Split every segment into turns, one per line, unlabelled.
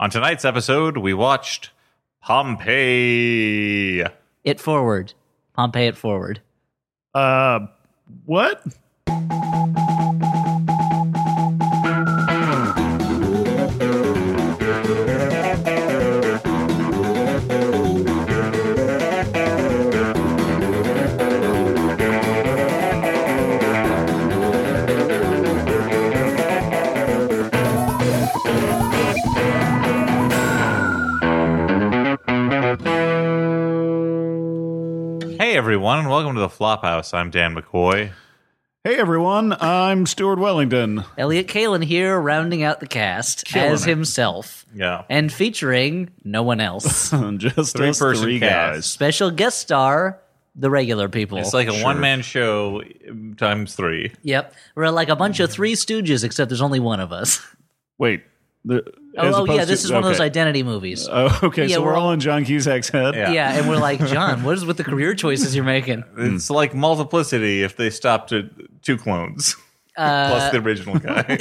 On tonight's episode, we watched Pompeii.
It forward. Pompeii it forward.
Uh, what?
Hey, everyone, and welcome to the Flophouse. I'm Dan McCoy.
Hey everyone, I'm Stuart Wellington.
Elliot Kalin here, rounding out the cast
Killing
as
it.
himself
Yeah.
and featuring no one else.
Just us
Three-person
three
cast.
guys.
Special guest star, the regular people.
It's like a one man show times three.
yep. We're like a bunch of three stooges, except there's only one of us.
Wait. The, as
Oh, oh, yeah,
opposed
this
to-
is one of those
okay.
identity movies.
Oh, okay,
Yeah,
so
we're
we're
all-
all in John Cusack's head.
Uh, Yeah.
yeah, and we're like, John, what is with the career choices you're making?
It's like multiplicity if they stopped at two clones
Uh,
plus the original guy.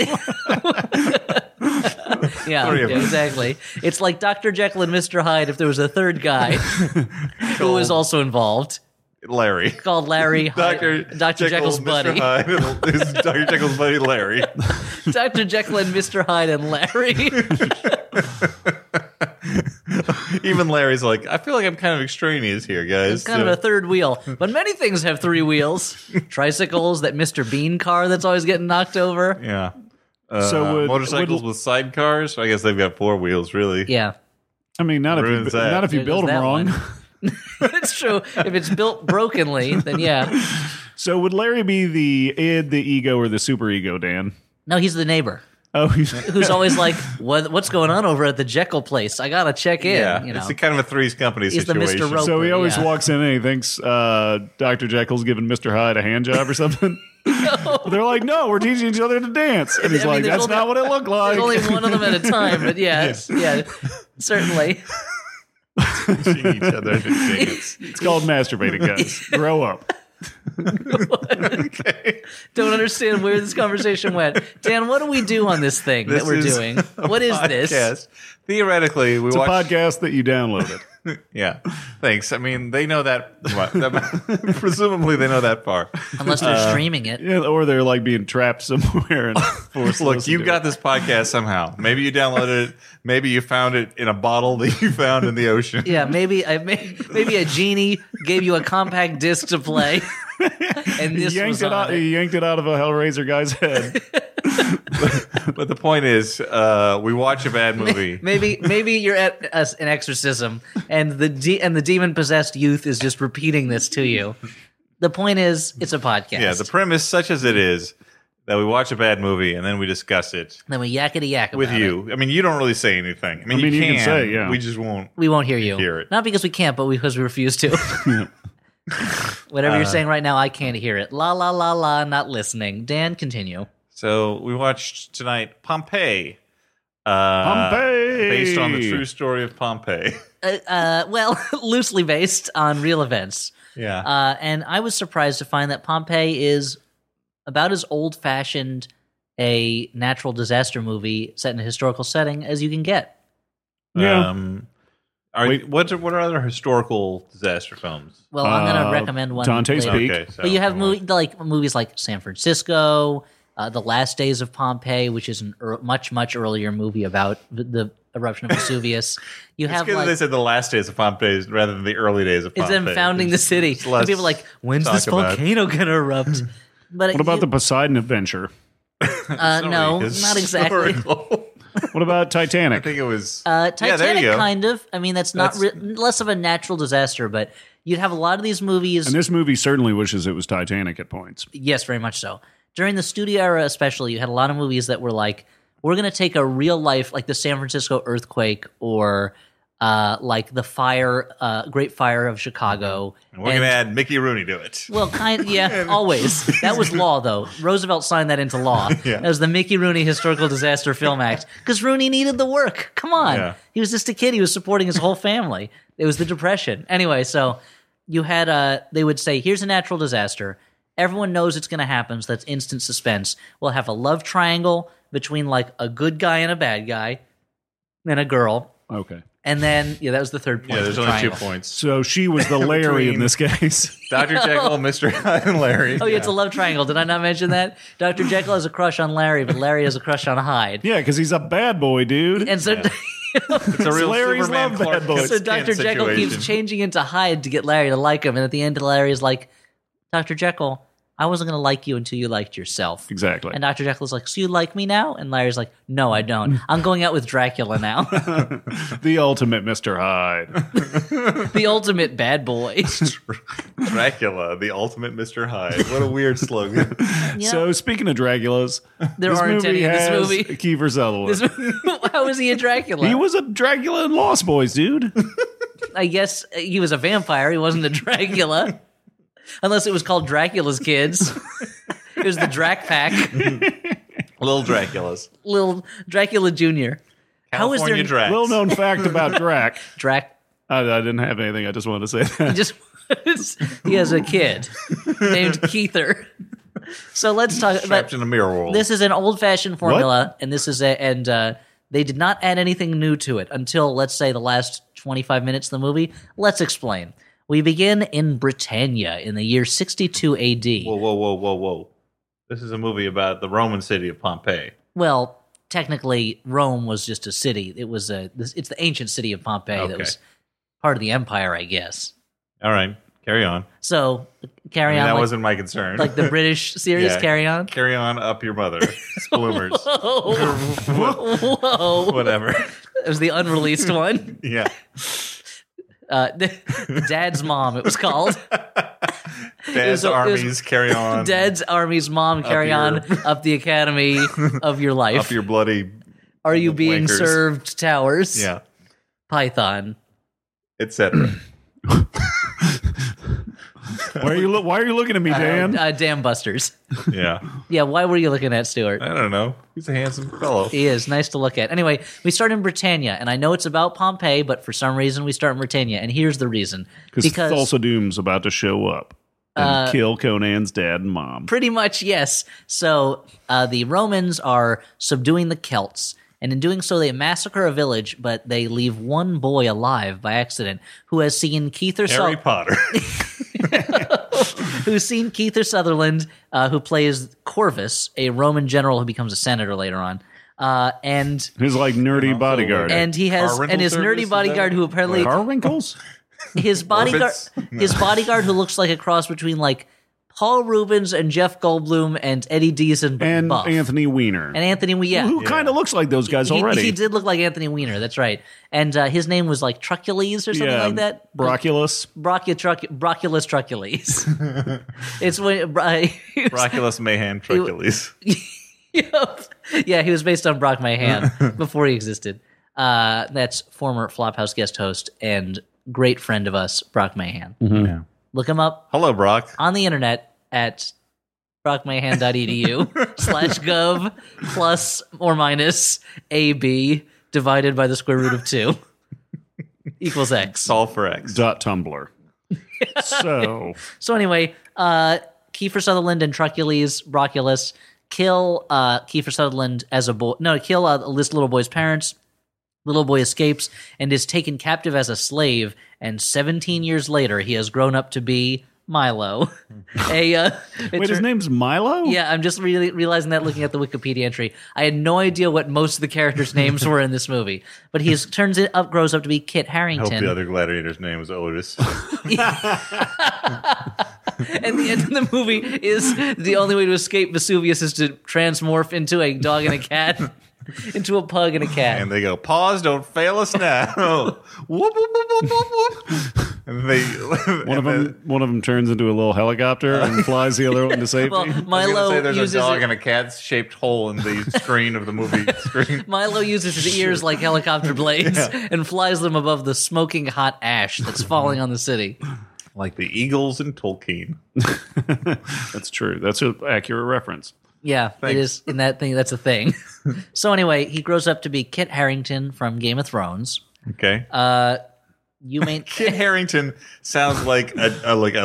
Yeah,
Three of
yeah,
us.
exactly. It's like Dr. Jekyll and Mr. Hyde if there was a third guy who was also involved
Larry.
called Larry Hyde-
Dr.
Dr. Jekyll's
Mr.
buddy.
Hyde. It's Dr. Jekyll's buddy, Larry.
Dr. Jekyll and Mr. Hyde and Larry.
Even Larry's like, I feel like I'm kind of extraneous here, guys.
It's kind of a third wheel. But many things have three wheels. Tricycles, that Mr. Bean car that's always getting knocked over.
yeah.
So
Uh,
would,
motorcycles
would-
with sidecars. I guess they've got four wheels, really.
Yeah.
I mean, not if you,
ruins that.
not if you
There
build
goes
them
that
wrong.
one. It's true. If it's built brokenly, then yeah.
So would Larry be the id, the ego, or the superego, Dan?
No, he's the neighbor
Oh, he's-
who's always like, what, what's going on over at the Jekyll place? I got to check in.
Yeah,
you know.
it's a kind of a threes company
He's the Mr.
situation.
Rope.
so he always
Oh, Yeah.
walks in and he thinks uh, Dr. Jekyll's giving Mr. Hyde a hand job or something. They're like, no, we're teaching each other to dance. And he's
I mean,
like,
there's
that's
only-
not what it looked like.
There's only one of them at a time, but yeah, yeah, certainly.
pushing each other to dance.
It's called masturbating, guys. Grow up.
Don't understand where this conversation went. Dan, what do we do on this thing
This
that we're
is
doing?
a
What is this?
podcast. Theoretically, we
It's
watch.
a podcast that you downloaded.
Yeah, thanks. I mean, they know that. that presumably, they know that far.
Unless they're
Uh,
streaming it.
Yeah, or they're like being trapped somewhere and forced to
Look,
listen
you
to
got
it.
this podcast somehow. Maybe you downloaded it. Maybe you found it in a bottle that you found in the ocean.
Yeah, maybe I may, maybe a genie gave you a compact disc to play, and
He
this
yanked
was
it
on
out.
it.
He yanked it out of a Hellraiser guy's head.
But the point is, uh, we watch a bad movie.
Maybe maybe you're at a, an exorcism, and the de- and the demon possessed youth is just repeating this to you. The point is, it's a podcast.
Yeah, the premise, such as it is, that we watch a bad movie and then we discuss it
then we yakety yak
with
about it.
you. I mean, you don't really say anything. I mean,
mean,
you,
you
can,
can say, yeah.
We just won't.
We won't hear you.
Hear it.
Not because we can't, but because we refuse to. Whatever
Uh.
you're saying right now, I can't hear it. La la la la, not listening. Dan, continue.
So we watched tonight Pompeii. Uh,
Pompeii!
Based on the true story of Pompeii.
Uh, uh, well, loosely based on real events.
Yeah.
Uh, and I was surprised to find that Pompeii is about as old fashioned a natural disaster movie set in a historical setting as you can get.
yeah.
Um, are,
Wait.
what, what are other historical disaster films?
Well, I'm going to
Uh,
recommend one.
Dante's
later.
Peak.
Okay, so
but you have
come on.
movie, like movies like San Francisco, uh, The Last Days of Pompeii, which is an er- much much earlier movie about v- the eruption of Vesuvius. You
It's
have
because
like
they said the last days of Pompeii rather than the early days of
it's
Pompeii.
them founding the city,
it's less
and people are like, when's
talk
this
about.
volcano gonna erupt? But
What about the Poseidon Adventure?
uh, no, not exactly.
exactly.
What about
I
Titanic?
think it was
Uh,
Yeah, there
Titanic,
you go.
kind of. I mean, that's not
That's-
re- less of a natural disaster, but you'd have a lot of these movies.
And this movie certainly wishes it was Titanic at points.
Yes, very much so. During the studio era, especially, you had a lot of movies that were like, we're going to take a real life, like the San Francisco earthquake or uh, like the fire, uh, Great Fire of Chicago.
We're
And-
gonna add Mickey Rooney to it.
well, kind yeah, always. That was law, though. Roosevelt signed that into law. That was the Mickey Rooney Historical Disaster Film Act because Rooney needed the work. Come on,
Yeah.
he was just a kid. He was supporting his whole family. It was the Depression, anyway. So you had uh, they would say, "Here's a natural disaster. Everyone knows it's going to happen. So that's instant suspense. We'll have a love triangle between like a good guy and a bad guy." then a girl,
Okay.
and then yeah, that was the third point.
Yeah, there's
the
only two
triangle.
points.
So she was the Larry
Between-
in this case.
Dr. Jekyll, Mr. Hyde, and Larry.
Oh yeah, it's a love triangle. Did I not mention that? Dr. Jekyll has a crush on Larry, but Larry has a crush on Hyde.
Yeah, because he's a bad boy, dude.
And so,
It's a real
Larry's
Superman
love
Clark
bad boy.
Kent
so Dr. Jekyll
situation.
keeps changing into Hyde to get Larry to like him. And at the end, Larry is like, Dr. Jekyll, I wasn't going to like you until you liked yourself.
exactly.
And Dr. Jekyll is like, So you like me now? And Larry's like, No, I don't. I'm going out with Dracula now.
the ultimate Mr. Hyde.
the ultimate bad boy.
Dracula, the ultimate Mr. Hyde. What a weird slogan.
Yeah.
So speaking of Dragulas,
There
this
aren't
movie
any in this
has
movie.
Kiefer Sutherland.
How is he a Dracula?
he was a Dracula in Lost Boys, dude.
I guess uh, he was a vampire. He wasn't a Dracula. Unless it was called Dracula's Kids. it was the Drac Pack.
Little Draculas.
Little Dracula Jr. How is there
California Drax.
Little known fact about Drac.
Drac?
I, I didn't have anything. I just wanted to say that.
Just he has a kid named Keither. So let's talk
Trapped
about
in a mirror world.
this is an old-fashioned formula, and this is a and uh, they did not add anything new to it until let's say the last twenty-five minutes of the movie. Let's explain. We begin in Britannia in the year sixty-two A.D.
whoa, whoa, whoa, whoa, whoa. This is a movie about the Roman city of Pompeii.
Well, technically, Rome was just a city. It was a. this- It's the ancient city of Pompeii that
Okay.
was part of the empire, I guess.
All right, carry on.
So carry
I mean,
on.
that
like,
wasn't my concern.
like the British series,
Yeah.
carry on.
carry on up your mother. Bloomers.
Whoa, whoa!
Whatever.
It was the unreleased one.
Yeah.
Uh, Dad's mom. It was called
Dad's
was- it was-
armies carry on.
Dad's Army's Mom. Carry
Um, your-
on up the academy of your life.
Up your bloody.
Are you being
wankers.
served towers?
Yeah.
Python.
Etc.
Why are you lo- Why are you looking at me, Dan?
Uh, Dam Busters.
Yeah.
Yeah. Why were you looking at Stuart?
I don't know. He's a handsome fellow.
He is nice to look at. Anyway, we start in Britannia, and I know it's about Pompeii, but for some reason we start in Britannia, and here's the reason: because Uh,
Thulsa Doom's about to show up and kill Conan's dad and mom.
pretty much yes. So uh, the Romans are subduing the Celts, and in doing so, they massacre a village, but they leave one boy alive by accident who has seen Keith or
Harry
Sutherland,
Potter.
who's seen Keith or Sutherland, uh, who plays Corvus, a Roman general who becomes a senator later on, uh, and
His like nerdy bodyguard.
and he has
Car rental
and his
service,
nerdy
is
bodyguard
that-
who apparently
Car wrinkles.
his bodyguard
Orbits?
his bodyguard who looks like a cross between like Paul Rubens and Jeff Goldblum and Eddie Deason but
and
buff.
Anthony Weiner,
and Anthony we yeah.
who kind of looks like those guys
He,
already.
he did look like Anthony Weiner, that's right. And uh, his name was like Trucules or something like that.
Brocculus.
Brocula truc Broculus Trucules. it's when uh, he was-
Roculus Mayhem Trucules.
Yep. yeah, he was based on Brock Mayhem before he existed. Uh, that's former Flophouse guest host and great friend of us, Brock Mayhan.
Mm-hmm.
Look him up.
Hello, Brock.
on the internet at brockmahan.edu slash gov plus or minus AB divided by the square root of two equals X.
Solve for X.
Dot Tumblr. so
So anyway, uh, Kiefer Sutherland and Trucules, Broculus kill uh, Kiefer Sutherland as a boy. No, kill uh, this little boy's parents. Little boy escapes and is taken captive as a slave. And 17 years later, he has grown up to be Milo. a uh, it
wait, his
turn-
name's Milo.
Yeah, I'm just really realizing that looking at the Wikipedia entry. I had no idea what most of the characters' names were in this movie, but he is, turns it up, grows up to be Kit
I hope
Harrington,
the other gladiator's name was Otis.
and the end of the movie is the only way to escape Vesuvius is to transmorph into a dog and a cat, into a pug and a cat.
and they go, pause, don't fail us now. whoop, whoop, whoop, whoop, whoop, whoop. And they.
One of them. One of them turns into a little helicopter and flies the other one to safety.
Well,
I was gonna
Milo
say there's
uses
a dog
it-
and a cat shaped hole in the screen of the movie screen.
Milo uses his ears like helicopter blades and flies them above the smoking hot ash that's falling on the city.
Like the Eagles and Tolkien.
That's true. That's an accurate reference.
Yeah, it
Thanks.
is in that thing. That's a thing. so anyway, he grows up to be Kit Harrington from Game of Thrones.
Okay.
You may
Kit Harrington sounds like a, a like a,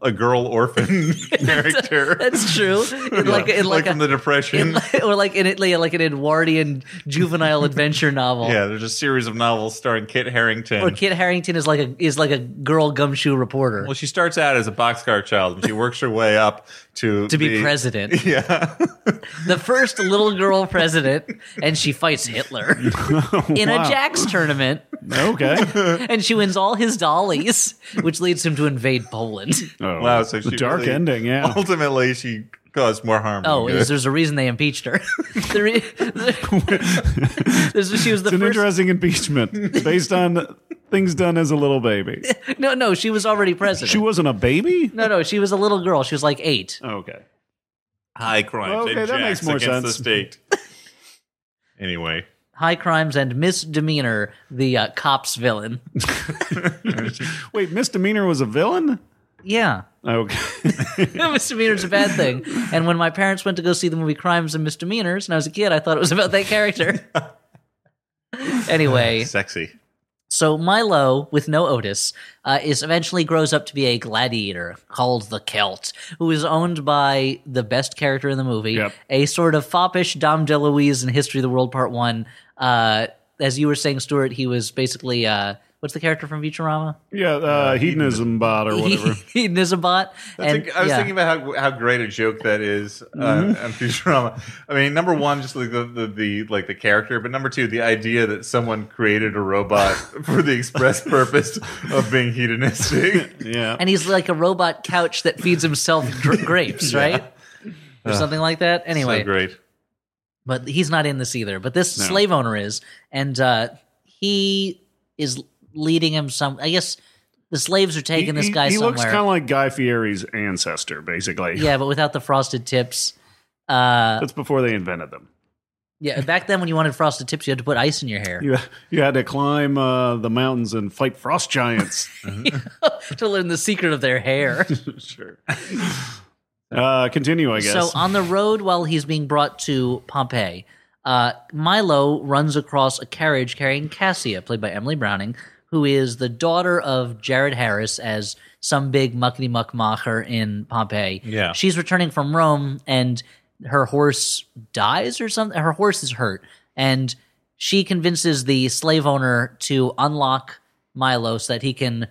a girl orphan character.
That's true. In like in
like
like,
from
a,
the depression.
in like- or like in it like, like an Edwardian juvenile adventure novel.
yeah, there's a series of novels starring Kit Harrington.
Or Kit Harrington is like a is like a girl gumshoe reporter
well, she starts out as a boxcar child, and she works her way up to
to be
the-
president.
Yeah,
the first little girl president, and she fights Hitler in a
Wow.
jacks tournament,
Okay.
and she wins all his dollies, which leads him to invade Poland.
Oh,
wow. So
the
she
dark
really-
ending. Yeah.
Ultimately, she caused more harm.
Oh,
than
is
good.
there's a reason they impeached her. the re- this- she was the
It's an
first.
interesting impeachment based on things done as a little baby.
No, no, she was already president.
She wasn't a baby?
no, no, she was a little girl. She was like eight.
Okay.
high crimes?
Okay,
and
that makes
jacks
more
against
sense.
The state. anyway,
High crimes and misdemeanor. The uh, cops villain.
Wait, misdemeanor was a villain?
Yeah.
Okay.
misdemeanor's a bad thing. And when my parents went to go see the movie Crimes and Misdemeanors, and I was a kid, I thought it was about that character. anyway,
sexy.
so Milo, with no Otis, uh, is eventually grows up to be a gladiator called the Celt, who is owned by the best character in the movie,
Yep.
a sort of foppish Dom DeLuise in History of the World Part One. Uh, as you were saying, Stuart, he was basically uh, what's the character from Futurama?
Yeah, uh, hedonism bot or whatever.
He, Nizabot.
That's a- I was thinking about how how great a joke that is uh,
Mm-hmm.
on Futurama. I mean, number one, just like the, the the like the character, but number two, the idea that someone created a robot for the express purpose of being hedonistic.
Yeah.
and he's like a robot couch that feeds himself dr- grapes, right? Or something like that. Anyway,
so great.
but he's not in this either. But this
No.
slave owner is, and uh, he is leading him some. I guess the slaves are taking this guy
he
somewhere.
looks kind of like Guy Fieri's ancestor, basically.
yeah, but without the frosted tips. Uh,
That's before they invented them.
yeah, back then when you wanted frosted tips, you had to put ice in your hair
You, you had to climb uh, the mountains and fight frost giants.
to learn the secret of their hair.
sure. Uh, continue, I guess.
So on the road while he's being brought to Pompeii, uh, Milo runs across a carriage carrying Cassia, played by Emily Browning, who is the daughter of Jared Harris as some big muckety muck macher in Pompeii.
Yeah.
She's returning from Rome and her horse dies or something. Her horse is hurt. And she convinces the slave owner to unlock Milo so that he can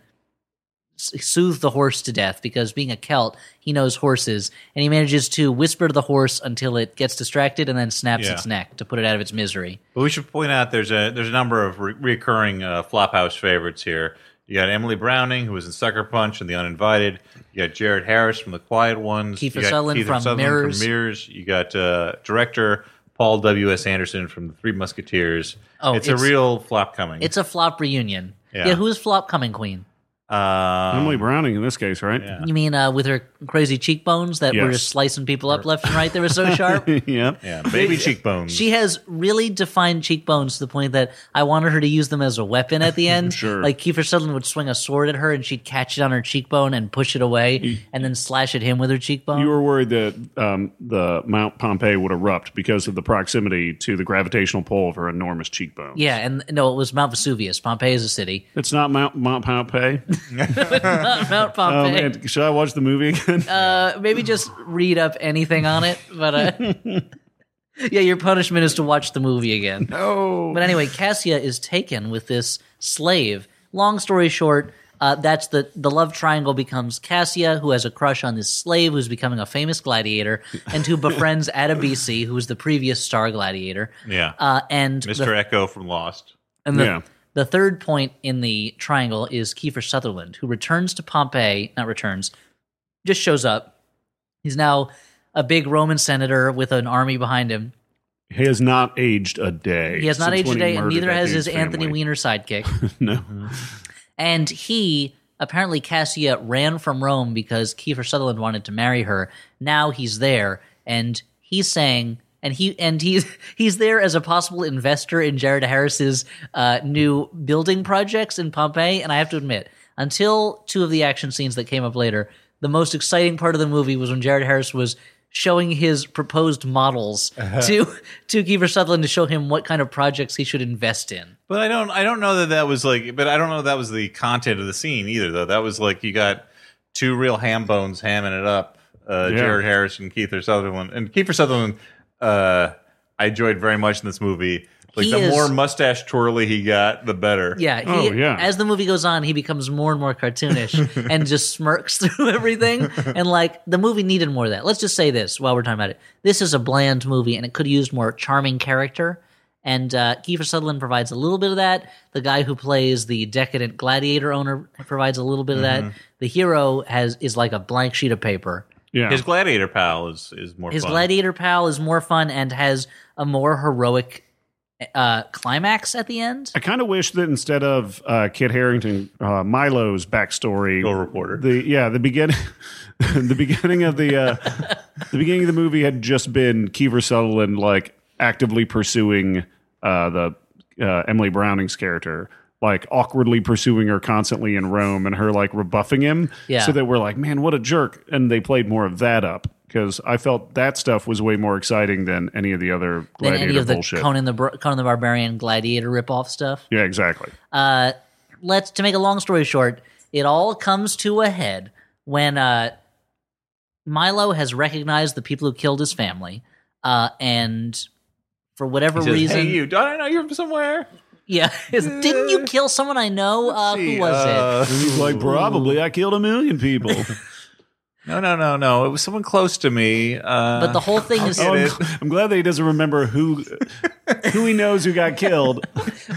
soothe the horse to death because being a Celt, he knows horses, and he manages to whisper to the horse until it gets distracted and then snaps
Yeah.
its neck to put it out of its misery.
But we should point out there's a there's a number of re- recurring uh, Flophouse favorites here. You got Emily Browning, who was in Sucker Punch and The Uninvited. You got Jared Harris from The Quiet Ones.
Kiefer
You got
Sutherland
Kiefer
from Mirrors.
Mirrors. You got uh, director Paul W. S. Anderson from The Three Musketeers.
Oh,
it's,
it's-
a real flop coming.
It's a flop reunion.
Yeah.
who's flop coming queen?
um,
Emily Browning in this case, right?
yeah.
You mean uh, with her crazy cheekbones that were
Yes.
just slicing people up left and right? They were so sharp.
yeah.
yeah, baby cheekbones.
She has really defined cheekbones to the point that I wanted her to use them as a weapon at the end.
Sure.
Like Kiefer Sutherland would swing a sword at her and she'd catch it on her cheekbone and push it away and then slash at him with her cheekbone.
You were worried that um, the Mount Pompeii would erupt because of the proximity to the gravitational pull of her enormous cheekbone.
Yeah, and no, it was Mount Vesuvius. Pompeii is a city.
It's not Mount, Mount Pompeii.
Mount
Oh,
Pompeii.
man, should I watch the movie again?
uh, maybe just read up anything on it, but uh, yeah, your punishment is to watch the movie again.
oh.
But anyway, Cassia is taken with this slave. Long story short, uh, that's the the love triangle becomes Cassia, who has a crush on this slave who's becoming a famous gladiator, and who befriends Adabisi, who was the previous star gladiator.
yeah,
Uh, and the
Mr. Echo from Lost.
And the,
Yeah.
the third point in the triangle is Kiefer Sutherland, who returns to Pompeii, not returns, just shows up. He's now a big Roman senator with an army behind him.
He has not aged a day.
He has not
since
aged
when he
today, and
murdered
neither
that
has
dude's
his Anthony
family.
Weiner sidekick.
No.
And he apparently Cassia ran from Rome because Kiefer Sutherland wanted to marry her. Now he's there, and he's saying, and he and he's he's there as a possible investor in Jared Harris's uh, new building projects in Pompeii. And I have to admit, until two of the action scenes that came up later, the most exciting part of the movie was when Jared Harris was showing his proposed models to to Kiefer Sutherland to show him what kind of projects he should invest in.
But I don't I don't know that that was like but I don't know that was the content of the scene either though. That was like you got two real ham bones hamming it up. Uh
Yeah.
Jared Harris and Keith or Sutherland. And Keith or Sutherland uh I enjoyed very much in this movie. Like
He
the
is-
more mustache twirly he got, the better.
Yeah, he,
Oh, yeah.
As the movie goes on, he becomes more and more cartoonish and just smirks through everything. And like the movie needed more of that. Let's just say this while we're talking about it: this is a bland movie, and it could have used more charming character. And uh, Kiefer Sutherland provides a little bit of that. The guy who plays the decadent gladiator owner provides a little bit of
Mm-hmm.
that. The hero has is like a blank sheet of paper.
Yeah.
His gladiator pal is is more
His
fun.
gladiator pal is more fun and has a more heroic uh, climax at the end.
I kind of wish that instead of uh, Kit Harrington, uh, Milo's backstory,
Go reporter.
the yeah, the beginning, the beginning of the uh, the beginning of the movie had just been Kiefer Sutherland like actively pursuing uh, the uh, Emily Browning's character, like awkwardly pursuing her constantly in Rome, and her like rebuffing him,
Yeah.
so that we're like, man, what a jerk, and they played more of that up. Because I felt that stuff was way more exciting than any of the other
than
gladiator
any of the
bullshit.
Conan the Bar- Conan the Barbarian gladiator ripoff stuff.
yeah, exactly.
Uh, let's to make a long story short, it all comes to a head when uh, Milo has recognized the people who killed his family, uh, and for whatever
He says,
reason,
Hey you, I don't know, you're from somewhere.
yeah, didn't you kill someone I know? Uh, who was it?
He's like, probably I killed a million people.
No, no, no, no. It was someone close to me. Uh,
But the whole thing is,
get
Oh, I'm,
it.
I'm glad that he doesn't remember who who he knows who got killed.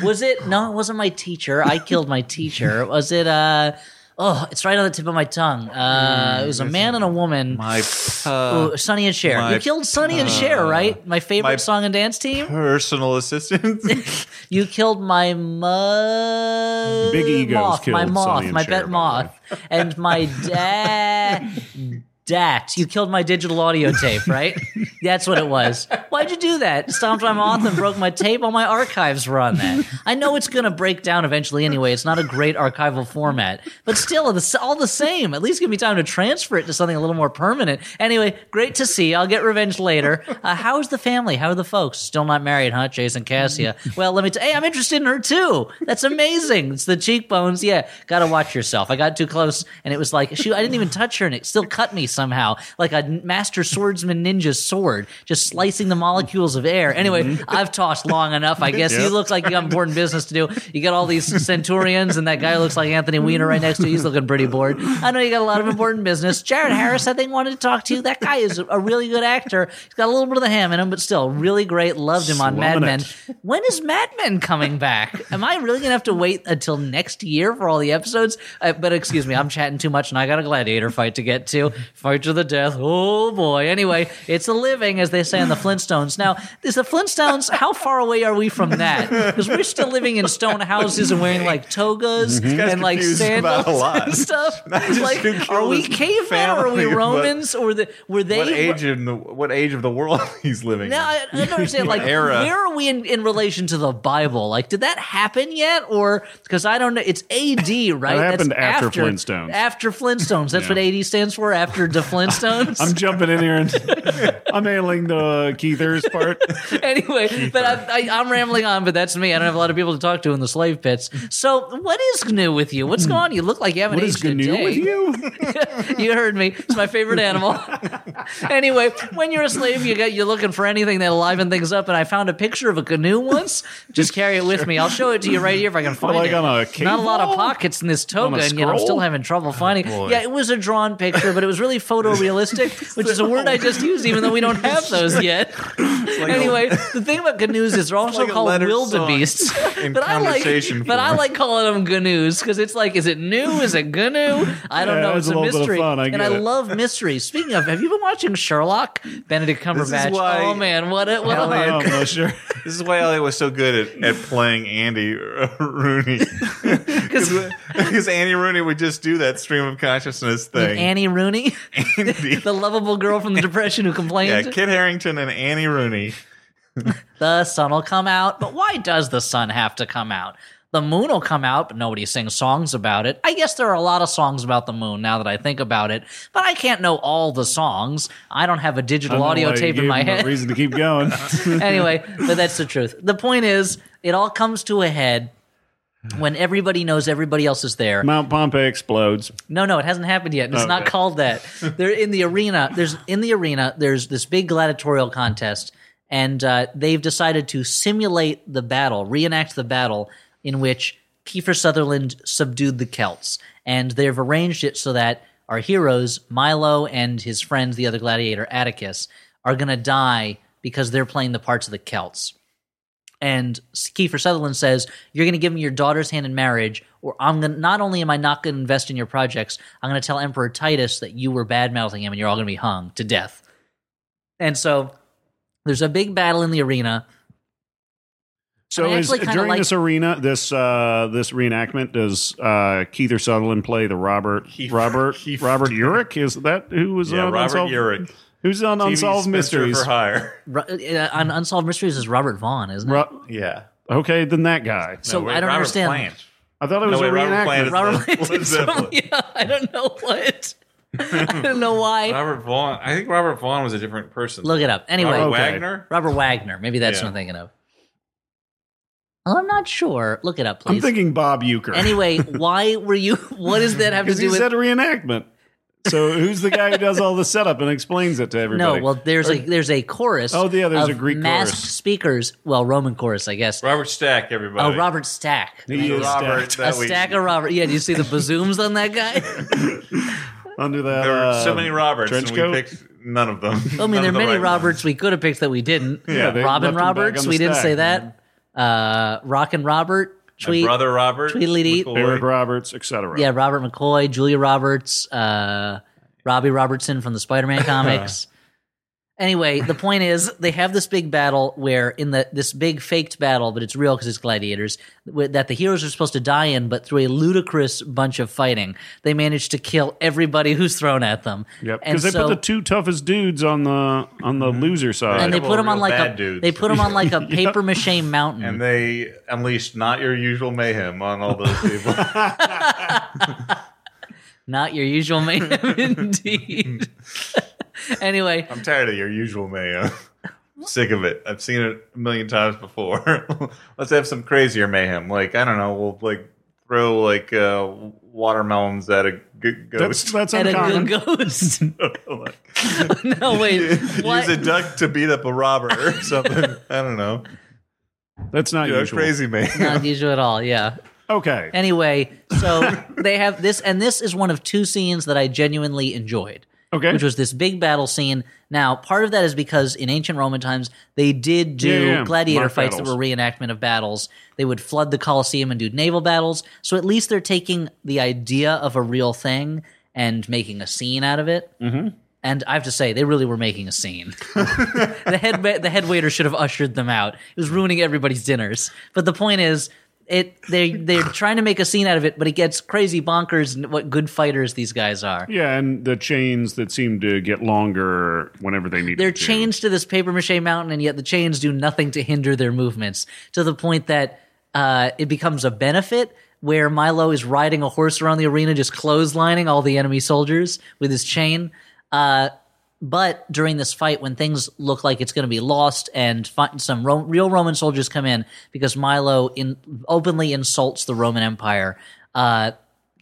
was it? No, it wasn't my teacher. I killed my teacher. Was it? Uh, oh, it's right on the tip of my tongue. Uh,
Mm,
it was a man and a woman.
my uh,
Ooh, Sonny and Cher.
my- uh,
You killed Sonny and Cher, right? My favorite
my-
song and dance team.
personal assistant.
You killed my mo-
Big Ego's
moth, my
killed
moth,
Sonny
my
and Cher, by
pet
the
moth, and my dad. Dat, you killed my digital audio tape, right? That's what it was. Why'd you do that? Stomped my moth and broke my tape. All my archives were on that. I know it's gonna break down eventually anyway. It's not a great archival format, but still, it's all the same. At least give me time to transfer it to something a little more permanent. Anyway, great to see. you. I'll get revenge later. Uh, how's the family? How are the folks? Still not married, huh? Jason Cassia. Well, let me. T- hey, I'm interested in her too. That's amazing. It's the cheekbones. Yeah, gotta watch yourself. I got too close, and it was like shoot, I didn't even touch her, and it still cut me somehow, like a master swordsman ninja's sword, just slicing the molecules of air. Anyway, I've tossed long enough. I guess you look like you got important business to do. You got all these centurions, and that guy looks like Anthony Weiner right next to you. He's looking pretty bored. I know you got a lot of important business. Jared Harris, I think, wanted to talk to you. That guy is a really good actor. He's got a little bit of the ham in him, but still really great. Loved him on Mad
Slumming
Men.
it.
When is Mad Men coming back? Am I really gonna have to wait until next year for all the episodes? Uh, but excuse me, I'm chatting too much, and I got a gladiator fight to get to. Fight to the death. Oh boy. Anyway, it's a living, as they say in the Flintstones. Now, is the Flintstones? How far away are we from that? Because we're still living in stone houses and wearing like togas
guy's
and like
confused about
sandals
a lot.
and stuff.
just
Like,
who killed
are we
his
cavemen or are we
family, but-
Romans or the were they?
what age in the what age of the world he's living?
No,
in.
I, I don't understand. Like,
era?
where are we in, in relation to the Bible? Like, did that happen yet, or because I don't know? It's AD, right?
happened after Flintstones.
After Flintstones, that's what AD stands for. After the Flintstones.
I'm jumping in here and I'm handling the Keithers part.
anyway, but I, I, I'm rambling on. But that's me. I don't have a lot of people to talk to in the slave pits. So, what is new with you? What's going on? You look like you haven't
Hmm. What
aged
is
a
good
day.
with you?
you heard me. It's my favorite animal. anyway, when you're a slave, you get you're looking for anything that liven things up. And I found a picture of a canoe once. Just carry it with me. I'll show it to you right here if I can find
Like
it.
on a cave
Not a lot of
wall?
pockets in this toga, and yet I'm still
scroll?
having trouble finding. yeah, it was a drawn picture, but it was really photorealistic, which is a word I just used, even though we don't have those yet.
like a-
anyway, the thing about canoes is they're also
like a
called
letter
wildebeests.
in
but I like,
conversation
but I
form.
like calling them ganoos because it's like, is it new? Is it ganu? I don't
Yeah,
know.
that's
It's a,
a little bit of
mystery,
fun, I
and
get
I
it.
love mysteries. Speaking of, have you been watching Sherlock? Benedict
is
Cumberbatch.
why
oh man, what a what
Elliot-
a
Oh, no, sure.
This is why Elliot was so good at, at playing Andy Rooney because Andy Rooney would just do that stream of consciousness thing.
Annie Rooney,
Andy.
the lovable girl from the Depression who complained.
yeah, Kit Harrington and Annie Rooney
the sun will come out, but why does the sun have to come out? The moon will come out, but nobody sings songs about it. I guess there are a lot of songs about the moon now that I think about it, but I can't know all the songs. I don't have a digital audio tape in my head
Reason to keep going.
anyway, but that's the truth. The point is, it all comes to a head when everybody knows everybody else is there.
Mount Pompeii explodes.
No, no, it hasn't happened yet. And it's not
Okay.
called that. They're in the arena. There's in the arena. There's this big gladiatorial contest, and uh, they've decided to simulate the battle, reenact the battle in which Kiefer Sutherland subdued the Celts, and they've arranged it so that our heroes, Milo and his friend, the other gladiator Atticus, are going to die because they're playing the parts of the Celts. And Kiefer Sutherland says, "You're going to give me your daughter's hand in marriage, or I'm going. to Not only am I not going to invest in your projects, I'm going to tell Emperor Titus that you were bad mouthing him, and you're all going to be hung to death." And so, there's a big battle in the arena.
So
I mean,
is,
actually kinda
during
like-
this arena, this uh, this reenactment, does uh, Keith or Sutherland play the Robert
Keith-
Robert
Keith-
Robert Urich? Is that who was
Yeah,
on
Robert
Unsolved?
Urich.
Who's on
TV
Unsolved
Spencer
Mysteries?
for hire.
Ru- uh, On Unsolved Mysteries is Robert Vaughn, isn't it?
Ro-
Yeah.
okay, then that guy.
so
No, wait,
I don't
Robert
understand.
Plant.
I thought it
No,
was
wait,
a
Robert Plant
reenactment.
is
Robert
Led-
Plant
Led
did some-
Zeppelin.
yeah, I don't know what. I don't know why.
Robert Vaughn. I think Robert Vaughn was a different person.
Look it up. Anyway,
Robert
Okay.
Wagner.
Robert Wagner. Maybe that's
Yeah.
what I'm thinking of. Well, I'm not sure. Look it up, please.
I'm thinking Bob Euchre.
anyway, why were you? What does that have to
Because
do
he
with?
said a reenactment. So who's the guy who does all the setup and explains it to everybody?
no, well, there's a there's a chorus.
Oh, yeah, there's
of
a Greek
masked
chorus.
speakers. Well, Roman chorus, I guess.
Robert Stack. Everybody.
Oh, Robert Stack.
He is
Robert.
stacked
That
A
we-
stack of Robert. Yeah, do you see the bazooms on that guy?
under that.
There were so
uh,
many Roberts, and
trench
we
coat?
picked none of them.
Oh, I mean, there are many Roberts we could have picked that we didn't.
Yeah, they left
Robin
him back on
Roberts.
the
We didn't
stack,
say that. Uh, Rock and Robert. Tweet.
Brother Robert.
Tweedledee.
McCoy.
Eric Roberts, etc.
Yeah, Robert McCoy, Julia Roberts, uh, Robbie Robertson from the Spider-Man comics. anyway, the point is they have this big battle where in the this big faked battle, but it's real because it's gladiators wh- that the heroes are supposed to die in, but through a ludicrous bunch of fighting, they manage to kill everybody who's thrown at them.
Yep,
and
because they
so.
put the two toughest dudes on the on
Mm-hmm.
the loser side.
and they
Couple
put them
real
on like a
bad dudes.
they put 'em on like a paper mache mountain.
And they unleashed not your usual mayhem on all those people.
Not your usual mayhem, indeed. anyway,
I'm tired of your usual mayhem. Sick of it. I've seen it a million times before. Let's have some crazier mayhem. Like I don't know. We'll like throw like uh, watermelons at a g-
that's
ghost.
that's
at a
uncommon.
good ghost.
Like,
no, wait. What?
Use a duck to beat up a robber or something. I don't know.
That's not
Yeah,
usual.
crazy mayhem.
Not usual at all. Yeah.
Okay,
Anyway, so they have this, and this is one of two scenes that I genuinely enjoyed,
okay.
which was this big battle scene. Now, part of that is because in ancient Roman times, they did do
Yeah, yeah, yeah.
gladiator
Mock
fights that
battles.
were reenactment of battles. They would flood the Colosseum and do naval battles. So at least they're taking the idea of a real thing and making a scene out of it. Mm-hmm. And I have to say, they really were making a scene. the head the head waiter should have ushered them out. It was ruining everybody's dinners. But the point is, it they they're trying to make a scene out of it, but it gets crazy bonkers. And what good fighters these guys are!
yeah, and the chains that seem to get longer whenever they need.
They're
to.
chained to this paper mache mountain, and yet the chains do nothing to hinder their movements to the point that uh, it becomes a benefit. Where Milo is riding a horse around the arena, just clotheslining all the enemy soldiers with his chain. Uh, but during this fight, when things look like it's going to be lost, and fi- some Ro- real Roman soldiers come in because Milo in- openly insults the Roman Empire, uh,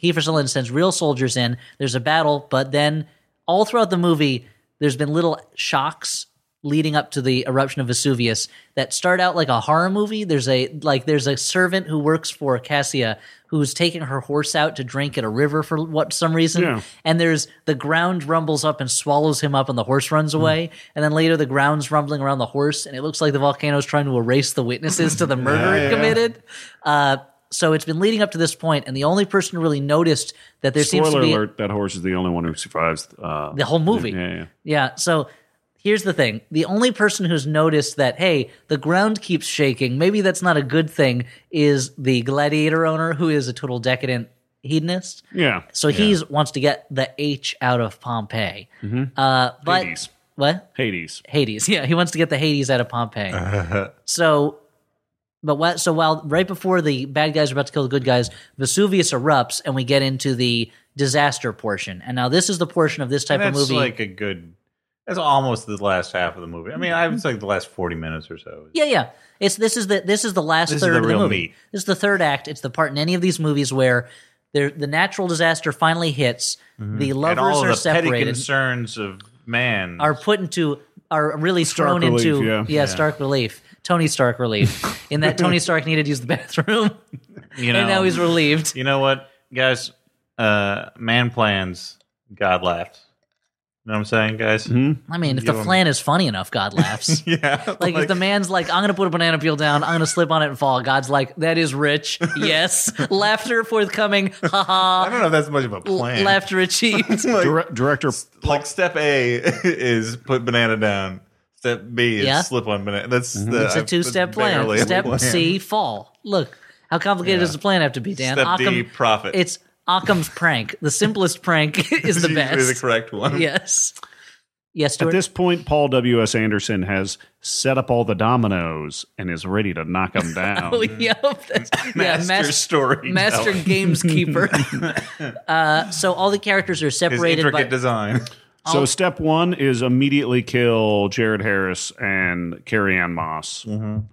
Kiefer Sutherland sends real soldiers in. There's a battle, but then all throughout the movie, there's been little shocks leading up to the eruption of Vesuvius that start out like a horror movie. There's a like there's a servant who works for Cassia who's taking her horse out to drink at a river for what some reason.
Yeah.
And there's the ground rumbles up and swallows him up and the horse runs away. And then later the ground's rumbling around the horse and it looks like the volcano's trying to erase the witnesses to the murder it committed. Uh so it's been leading up to this point, and the only person who really noticed that there seems to
Spoiler
be
alert: That horse is the only one who survives uh,
the whole movie.
Yeah, yeah.
Yeah, So here's the thing the only person who's noticed that, hey, the ground keeps shaking, maybe that's not a good thing, is the gladiator owner who is a total decadent hedonist.
yeah.
So he's wants to get the H out of Pompeii. Uh, but
Mm-hmm. Hades.
What?
Hades.
Hades. Yeah, he wants to get the Hades out of Pompeii. So, but what, so while right before the bad guys are about to kill the good guys, Vesuvius erupts and we get into the disaster portion. And now this is the portion of this type of
that's
movie.
like a good. That's almost the last half of the movie. I mean, I would say the last forty minutes or so.
yeah, yeah. It's this is the this is the last
This is
third
the
of the
real
movie.
meat.
This is the third act. It's the part in any of these movies where there the natural disaster finally hits. The lovers
Mm-hmm. and all the
are
petty
separated.
concerns of man.
are put into are really
Stark
thrown
relief,
into
yeah.
yeah. Stark relief. Tony Stark relief. in that Tony Stark needed to use the bathroom
you know,
and now he's relieved.
you know what, guys? Uh, man plans, God laughs. You know what I'm saying, guys?
I mean, if the
You-
flan is funny enough, God laughs.
Yeah.
Like, if the man's like, I'm gonna put a banana peel down, I'm gonna slip on it and fall. God's like, that is rich. Yes, laughter forthcoming. Ha
I
ha.
don't know if that's much of a plan.
Laughter achieved.
Like,
Dire- director
like step A is put banana down. Step B is
Yeah.
slip on banana. That's the,
It's a two-step
that's
plan.
barely a
Step
plan.
C, fall. Look, how complicated does the plan have to be, Dan?
Step D,
Occam-
profit.
it's Occam's prank. The simplest prank is
It's
the
usually
best.
the correct one.
yes. Yes,
At
Stuart.
this point, Paul W. S. Anderson has set up all the dominoes and is ready to knock them down.
Oh, yep. That's- yeah,
Master
master,
story.
master gameskeeper. uh, so all the characters are
His
separated
intricate
by.
design.
So step one is immediately kill Jared Harris and Carrie Ann Moss.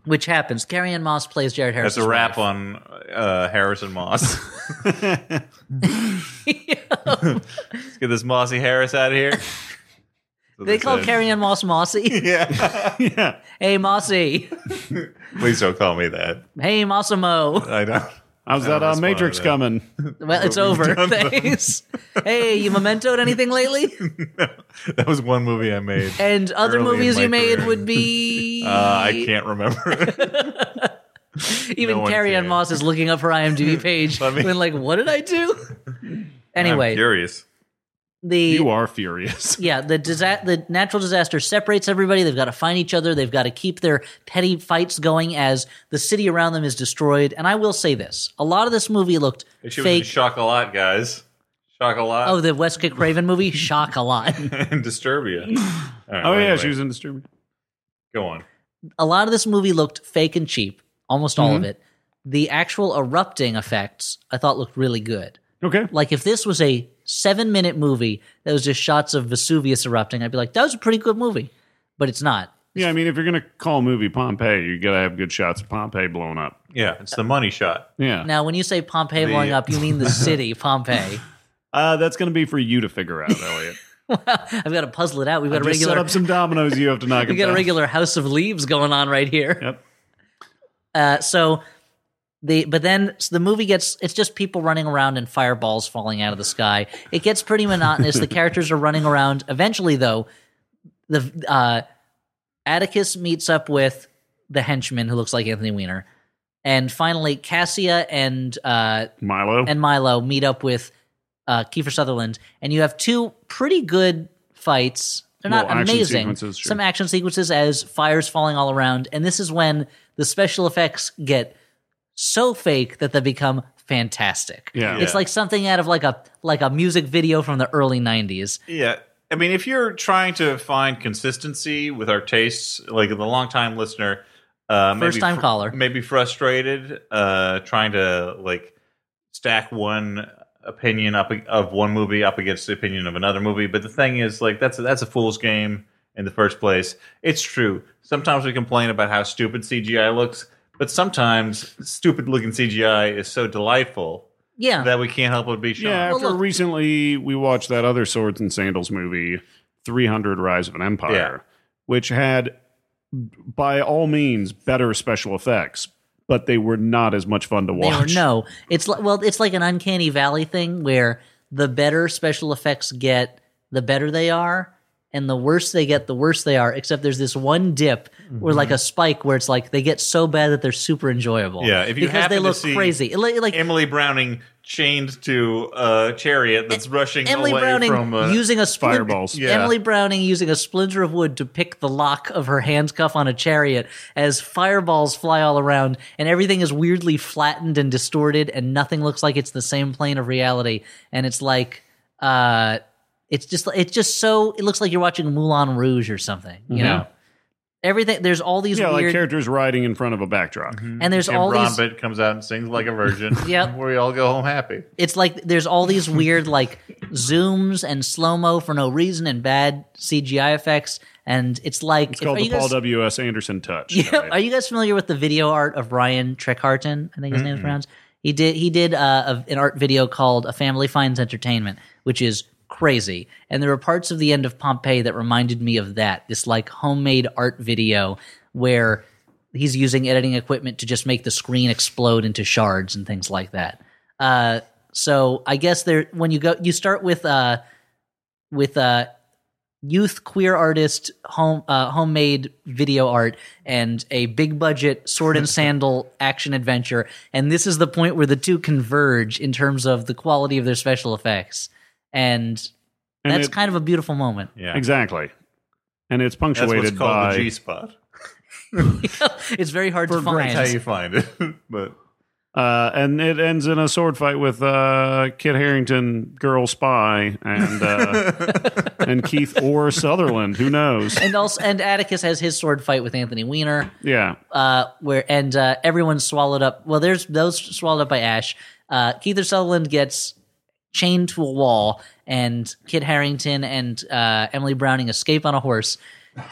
which happens. Carrie Ann Moss plays Jared Harris.
That's a wrap on uh, Harrison Moss. Let's get this Mossy Harris out of here. That's what
They call
said.
Carrie Ann Moss Mossy.
Yeah.
Yeah,
hey, Mossy.
Please don't call me that.
Hey, Mossimo.
I don't.
how's that uh,
that's
Matrix
fine,
coming?
Well, it's over. Thanks. hey, you mementoed anything lately?
That was one movie I made. Uh,
And
Early
other
in
movies
my
you made
career. Uh,
would be.
I can't remember.
Even
No one
Carrie Ann
can.
Moss is looking up her IMDb page
Let me-
when, like, what did I do?
I'm
anyway,
curious.
the
You are furious.
yeah the disa- the natural disaster separates everybody. They've got to find each other. They've got to keep their petty fights going as the city around them is destroyed. And I will say this: a lot of this movie looked
It should be
fake.
shock a lot, guys. Shock a lot
Oh, the West Kick Craven movie, shock a lot.
and Disturbia. All right,
Oh
well,
yeah,
anyway,
she was in Disturbia.
Go on.
a lot of this movie looked fake and cheap, almost all of it. The actual erupting effects I thought looked really good.
Okay,
Like if this was a seven minute movie that was just shots of Vesuvius erupting, I'd be like, that was a pretty good movie. But it's not.
yeah. I mean, if you're gonna call a movie Pompeii, you gotta have good shots of Pompeii blown up.
Yeah, it's the money shot.
Yeah,
Now, when you say Pompeii
The-
blowing up, you mean the city, Pompeii.
uh, that's gonna be for you to figure out, Elliot.
I've got to puzzle it out. We've got a
Just set
regular,
up some dominoes. You have to knock.
we've
'em
got a
down.
regular House of Leaves going on right here.
Yep.
Uh, so the but then so the movie gets it's just people running around and fireballs falling out of the sky. It gets pretty monotonous. the characters are running around. Eventually, though, the uh, Atticus meets up with the henchman who looks like Anthony Weiner, and finally Cassia and uh,
Milo.
and Milo meet up with uh, Kiefer Sutherland, and you have two pretty good fights. They're not
Well, action
amazing.
sequences, sure.
Some action sequences as fires falling all around, and this is when the special effects get so fake that they become fantastic.
Yeah.
it's like something out of like a like a music video from the early '90s.
Yeah. I mean, if you're trying to find consistency with our tastes, like the longtime listener, uh, maybe
First-time
fr-
caller.
maybe frustrated, uh, trying to like stack one opinion up ag- of one movie up against the opinion of another movie. But the thing is, like that's a, that's a fool's game in the first place. It's true. Sometimes we complain about how stupid CGI looks, but sometimes stupid looking CGI is so delightful
Yeah,
that we can't help but be shown.
Yeah, after
Well, look-
recently we watched that other Swords and Sandals movie, 300 Rise of an Empire,
Yeah.
which had, by all means, better special effects, but they were not as much fun to
They were-
watch.
no, it's like well, it's like an uncanny valley thing where the better special effects get, the better they are, and the worse they get, the worse they are. Except there's this one dip or
Mm-hmm.
like a spike where it's like they get so bad that they're super enjoyable.
Yeah, if you
because
happen
they
to
look
see
crazy, It li- like
Emily Browning chained to a chariot that's rushing
E-, Emily
away
Browning
from uh,
using a splin-
fireballs.
Yeah.
Emily Browning using a splinter of wood to pick the lock of her handcuff on a chariot as fireballs fly all around and everything is weirdly flattened and distorted and nothing looks like it's the same plane of reality and it's like uh It's just it's just so it looks like you're watching Moulin Rouge or something.
Mm-hmm.
You know, everything. There's all these
yeah, like
weird
characters riding in front of a backdrop.
and there's
And
all
Ron
these.
Bit comes out and sings like a virgin.
Yep.
Where we all go home happy.
It's like there's all these weird like zooms and slow mo for no reason and bad CGI effects. And it's like
It's called
are
the
you
Paul
guys-
W. S. Anderson touch.
Yeah,
right?
are you guys familiar with the video art of Ryan Treckharton? I think his name is pronounced. He did he did uh, a, an art video called "A Family Finds Entertainment," which is crazy. And there were parts of the end of Pompeii that reminded me of that. This like homemade art video where he's using editing equipment to just make the screen explode into shards and things like that. Uh, so I guess there when you go you start with uh, with uh, youth queer artist home uh, homemade video art and a big budget sword and sandal action adventure and this is the point where the two converge in terms of the quality of their special effects and,
And
that's
it-
kind of a beautiful moment
Yeah.
exactly. And it's
That's what's
punctuated
called
by
the G spot.
it's very hard to
That's how
find
you find it. but
Uh, and it ends in a sword fight with uh, Kit Harrington, girl spy, and uh, and Keith or Sutherland. Who knows?
and also and atticus has his sword fight with anthony weiner
Yeah,
uh, where and uh, everyone's swallowed up. Well, there's those swallowed up by Ash. Uh, Keith Sutherland gets chained to a wall, and Kit Harrington and uh, Emily Browning escape on a horse.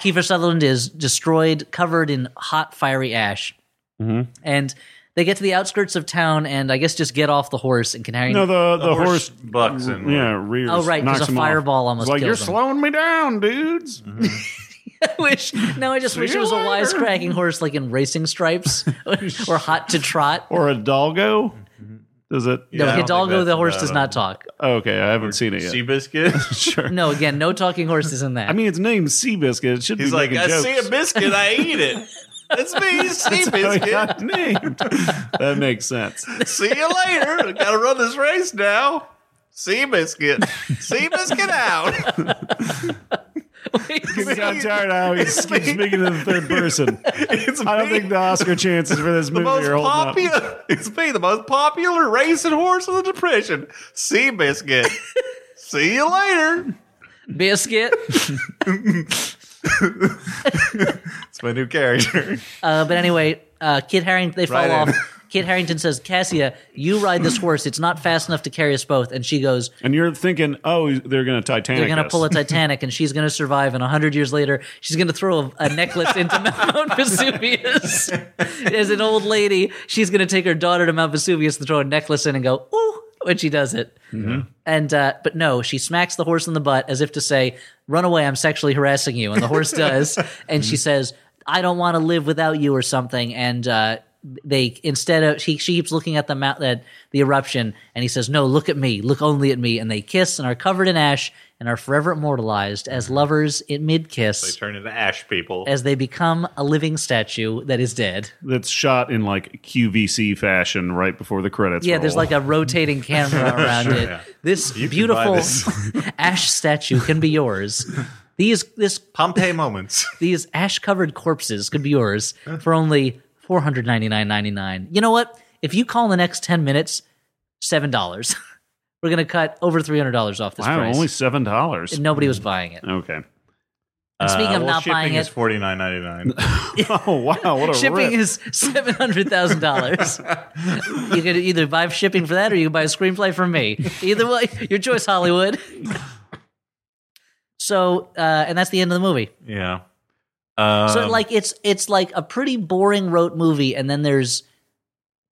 Kiefer Sutherland is destroyed, covered in hot, fiery ash,
Mm-hmm.
and they get to the outskirts of town, and I guess just get off the horse. And Kit Harrington,
no, the the, horse.
bucks and
yeah, rears.
Oh, right, 'cause
knocks
a
him off.
fireball almost
It's like
kills
you're
him."
slowing me down, dudes.
Mm-hmm.
wish now I just wish
you
it was a
later.
wisecracking horse, like in Racing Stripes, or Hot to Trot.
Or a Dalgo?
Mm-hmm.
Does it? Oh,
No,
I don't think
Hidalgo, the
that's-
horse
no,
does
no.
not talk.
Okay, I haven't seen it yet.
Sea biscuit.
sure.
No, again, no talking horses in that.
I mean, it's named Seabiscuit. It should
He's
be
like,
making
I
jokes.
see a biscuit, I eat it. That's me, sea
How it
biscuit.
got named. that makes sense.
See you later. I gotta run this race now. Sea biscuit. Sea biscuit out.
I got tired of how he keeps speaking in the third person.
It's
I don't
me,
think the Oscar chances for this
the
movie
most
are holding up.
popular. It's me, the most popular racing horse of the depression. Sea biscuit. See you later.
biscuit.
It's my new character.
Uh, but anyway, uh, Kit Harrington, they fall
Right
off.
in.
Kit Harrington says, Cassia, you ride this horse. It's not fast enough to carry us both. And she goes,
And you're thinking, oh, they're going to Titanic.
They're going to
us.
pull a Titanic and she's going to survive. And 100 years later, she's going to throw a, a necklace into Mount Vesuvius. As an old lady, she's going to take her daughter to Mount Vesuvius and throw a necklace in and go, ooh, when she does it.
Mm-hmm.
And uh, but no, she smacks the horse in the butt as if to say, "Run away! I'm sexually harassing you." And the horse does, and
Mm-hmm.
she says, "I don't want to live without you" or something. And uh, they instead of she she keeps looking at the mount at the eruption, and he says, "No, look at me, look only at me." And they kiss and are covered in ash and are forever immortalized as lovers in mid
Mm-hmm. They
kiss
turn into ash people.
as they become a living statue that is dead.
That's shot in like QVC fashion right before the credits.
Yeah, there's
roll.
like a rotating camera around it. This
can buy
beautiful
this.
ash statue can be yours. These this
Pompeii moments.
these ash covered corpses could be yours for only four hundred ninety nine ninety nine. You know what? If you call in the next ten minutes, seven dollars. We're gonna cut over three hundred dollars off this
wow,
price.
only seven dollars.
And Nobody was buying it.
Okay.
And speaking of
Uh, well,
not
shipping
buying
is
it,
forty nine ninety nine.
Oh wow, what a
shipping
rip.
is seven hundred thousand dollars. you could either buy shipping for that, or you can buy a screenplay from me. Either way, your choice, Hollywood. So, uh, and that's the end of the movie.
Yeah. Um,
So, like, it's it's like a pretty boring rote movie, and then there's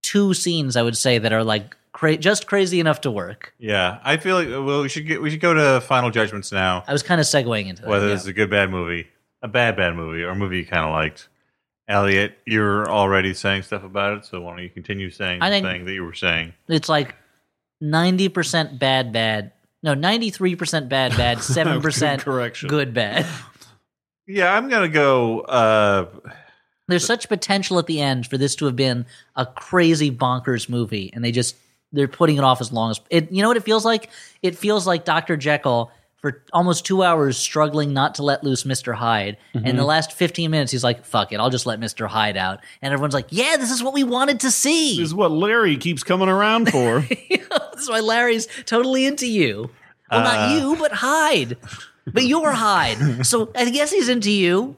two scenes I would say that are like cra- just crazy enough to work.
yeah, I feel like well, we should get we should go to final judgments now.
I was kind of segueing into that.
Whether
Uh, yeah.
it's a good bad movie, a bad bad movie, or a movie you kind of liked. Elliot, you're already saying stuff about it, so why don't you continue saying
I
the
think-
thing that you were saying?
it's like ninety percent bad, bad. No, ninety three percent bad, bad. Seven percent
correction.
good, bad.
Yeah, I'm gonna go. Uh,
There's such potential at the end for this to have been a crazy bonkers movie, and they just they're putting it off as long as it. You know what it feels like? It feels like Doctor Jekyll for almost two hours struggling not to let loose Mr. Hyde,
Mm-hmm.
and the last 15 minutes he's like, "Fuck it, I'll just let Mr. Hyde out," and everyone's like, "Yeah, this is what we wanted to see.
This is what Larry keeps coming around for.
this is why Larry's totally into you." Well, not
Uh.
you, but Hyde. But you're Hyde. So I guess he's into you.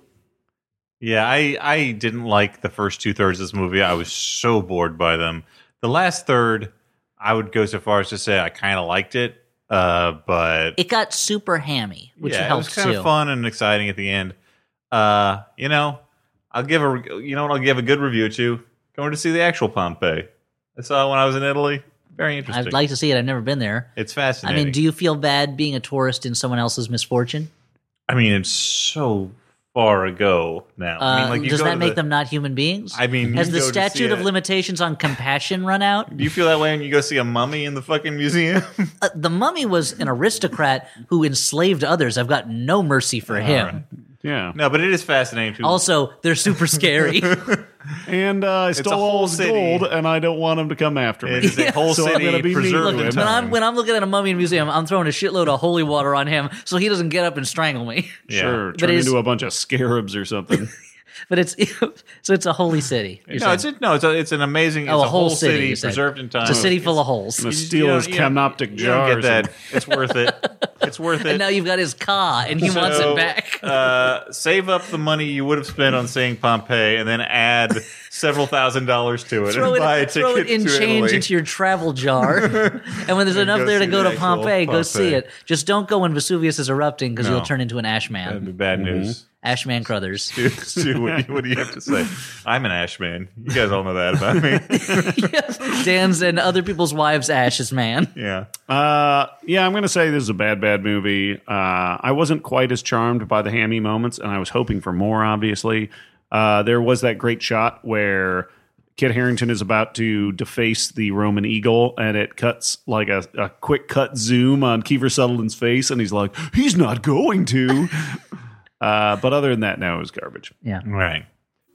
Yeah, I I didn't like the first two thirds of this movie. I was so bored by them. The last third, I would go so far as to say I kind of liked it, uh, but
It got super hammy, which
yeah,
helps
it was kind
too.
of fun and exciting at the end. Uh, you know, I'll give a you know what I'll give a good review to going to see the actual Pompeii. I saw it when I was in Italy. Very interesting.
I'd like to see it. I've never been there.
it's
I
fascinating.
mean, do you feel bad being a tourist in someone else's misfortune?
I mean, it's so far ago now. I mean,
Uh,
like you
does
go
that
to
make
the-
them not human beings?
I mean,
has
you
the
go to see
statute of
it-
limitations on compassion run out?
Do you feel that way when you go see a mummy in the fucking museum?
Uh, the mummy was an aristocrat who enslaved others. I've got no mercy for him.
Yeah.
no, but it is fascinating. To,
Also, they're super scary.
And uh, I
a
stole
whole
all his
city.
gold, and I don't want him to come after me.
it is a whole
So I'm
city
gonna be mean
preserved
to
in
him.
when I'm
time.
when I'm looking at a mummy in a museum, I'm throwing a shitload of holy water on him so he doesn't get up and strangle me.
Yeah.
Sure,
But
turn
it's-
into a bunch of scarabs or something.
But it's so it's a holy city. you're
No,
saying.
it's a, no, it's, a, it's an amazing.
Oh,
it's
a whole city,
city,
you said.
preserved in time.
it's a city full of holes.
I'm gonna
You
steal
don't-
his
you don't-
canoptic
you don't get
jar.
that. It's worth it. It's worth it.
And now you've got his car, and he wants
So,
it back.
uh, save up the money you would have spent on seeing Pompeii, and then add several thousand dollars to it
throw
and buy a
it,
ticket
throw it in
to
change
Italy.
into your travel jar. and when there's enough
go
there to
see
go
the
to
actual
Pompeii, go see
Pompeii.
it. Just don't go when Vesuvius is erupting because
No.
you'll turn into an ash
That'd be
man.
bad news.
Ash man Crothers.
Stu, what, do you, what do you have to say? I'm an ash man. You guys all know that about me.
Dan's and other people's wives' ashes man.
Yeah.
Uh, yeah, I'm gonna say this is a bad, bad movie. Uh, I wasn't quite as charmed by the hammy moments, and I was hoping for more. Obviously, uh, there was that great shot where Kit Harrington is about to deface the Roman eagle, and it cuts like a, a quick cut zoom on Kiefer Sutherland's face, and he's like, "He's not going to." uh, but other than that, now it was garbage.
Yeah.
Right.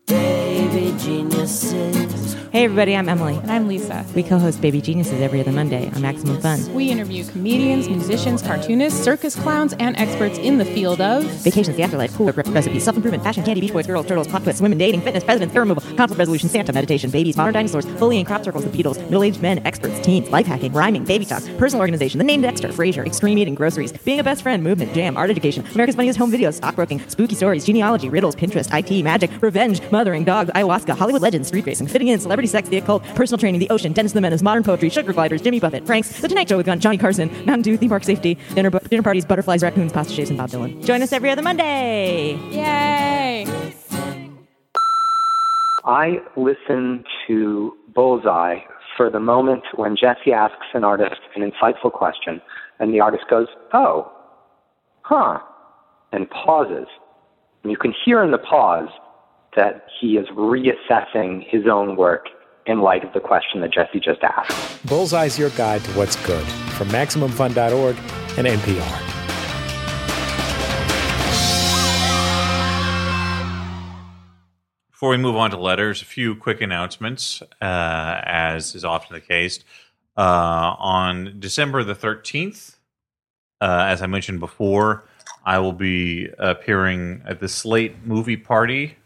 Baby geniuses.
Hey, everybody, I'm Emily.
And I'm Lisa.
We co host Baby Geniuses every other Monday on Maximum Fun.
We interview comedians, musicians, cartoonists, circus clowns, and experts in the field of.
Vacations, the afterlife, cool rip recipes, self improvement, fashion, candy, beach boys, girls, turtles, plot twists, women, dating, fitness, presidents, hair removal, conflict resolution, Santa meditation, babies, modern dinosaurs, bullying, crop circles, the Beatles, middle aged men, experts, teens, life hacking, rhyming, baby talk, personal organization, the name Dexter, Frasier, extreme eating, groceries, being a best friend, movement, jam, art education, America's funniest home videos, stockbroking, spooky stories, genealogy, riddles, Pinterest, IT, magic, revenge, mothering, dogs, ayahuasca, Hollywood legends, street racing, fitting in, celebrity sex, the occult, personal training, the ocean, Dennis the Menace, modern poetry, sugar gliders, Jimmy Buffett, Frank's, The Tonight Show with Gun, Johnny Carson, Mountain Dew, theme park safety, dinner, bu- dinner parties, butterflies, raccoons, pasta shapes, and Bob Dylan. Join us every other Monday.
Yay!
I listen to Bullseye for the moment when Jesse asks an artist an insightful question, and the artist goes, Oh, huh, and pauses. And you can hear in the pause that he is reassessing his own work in light of the question that Jesse just asked.
Bullseye's your guide to what's good from MaximumFun.org and NPR.
Before we move on to letters, a few quick announcements, uh, as is often the case. Uh, on December the 13th, uh, as I mentioned before, I will be appearing at the Slate Movie Party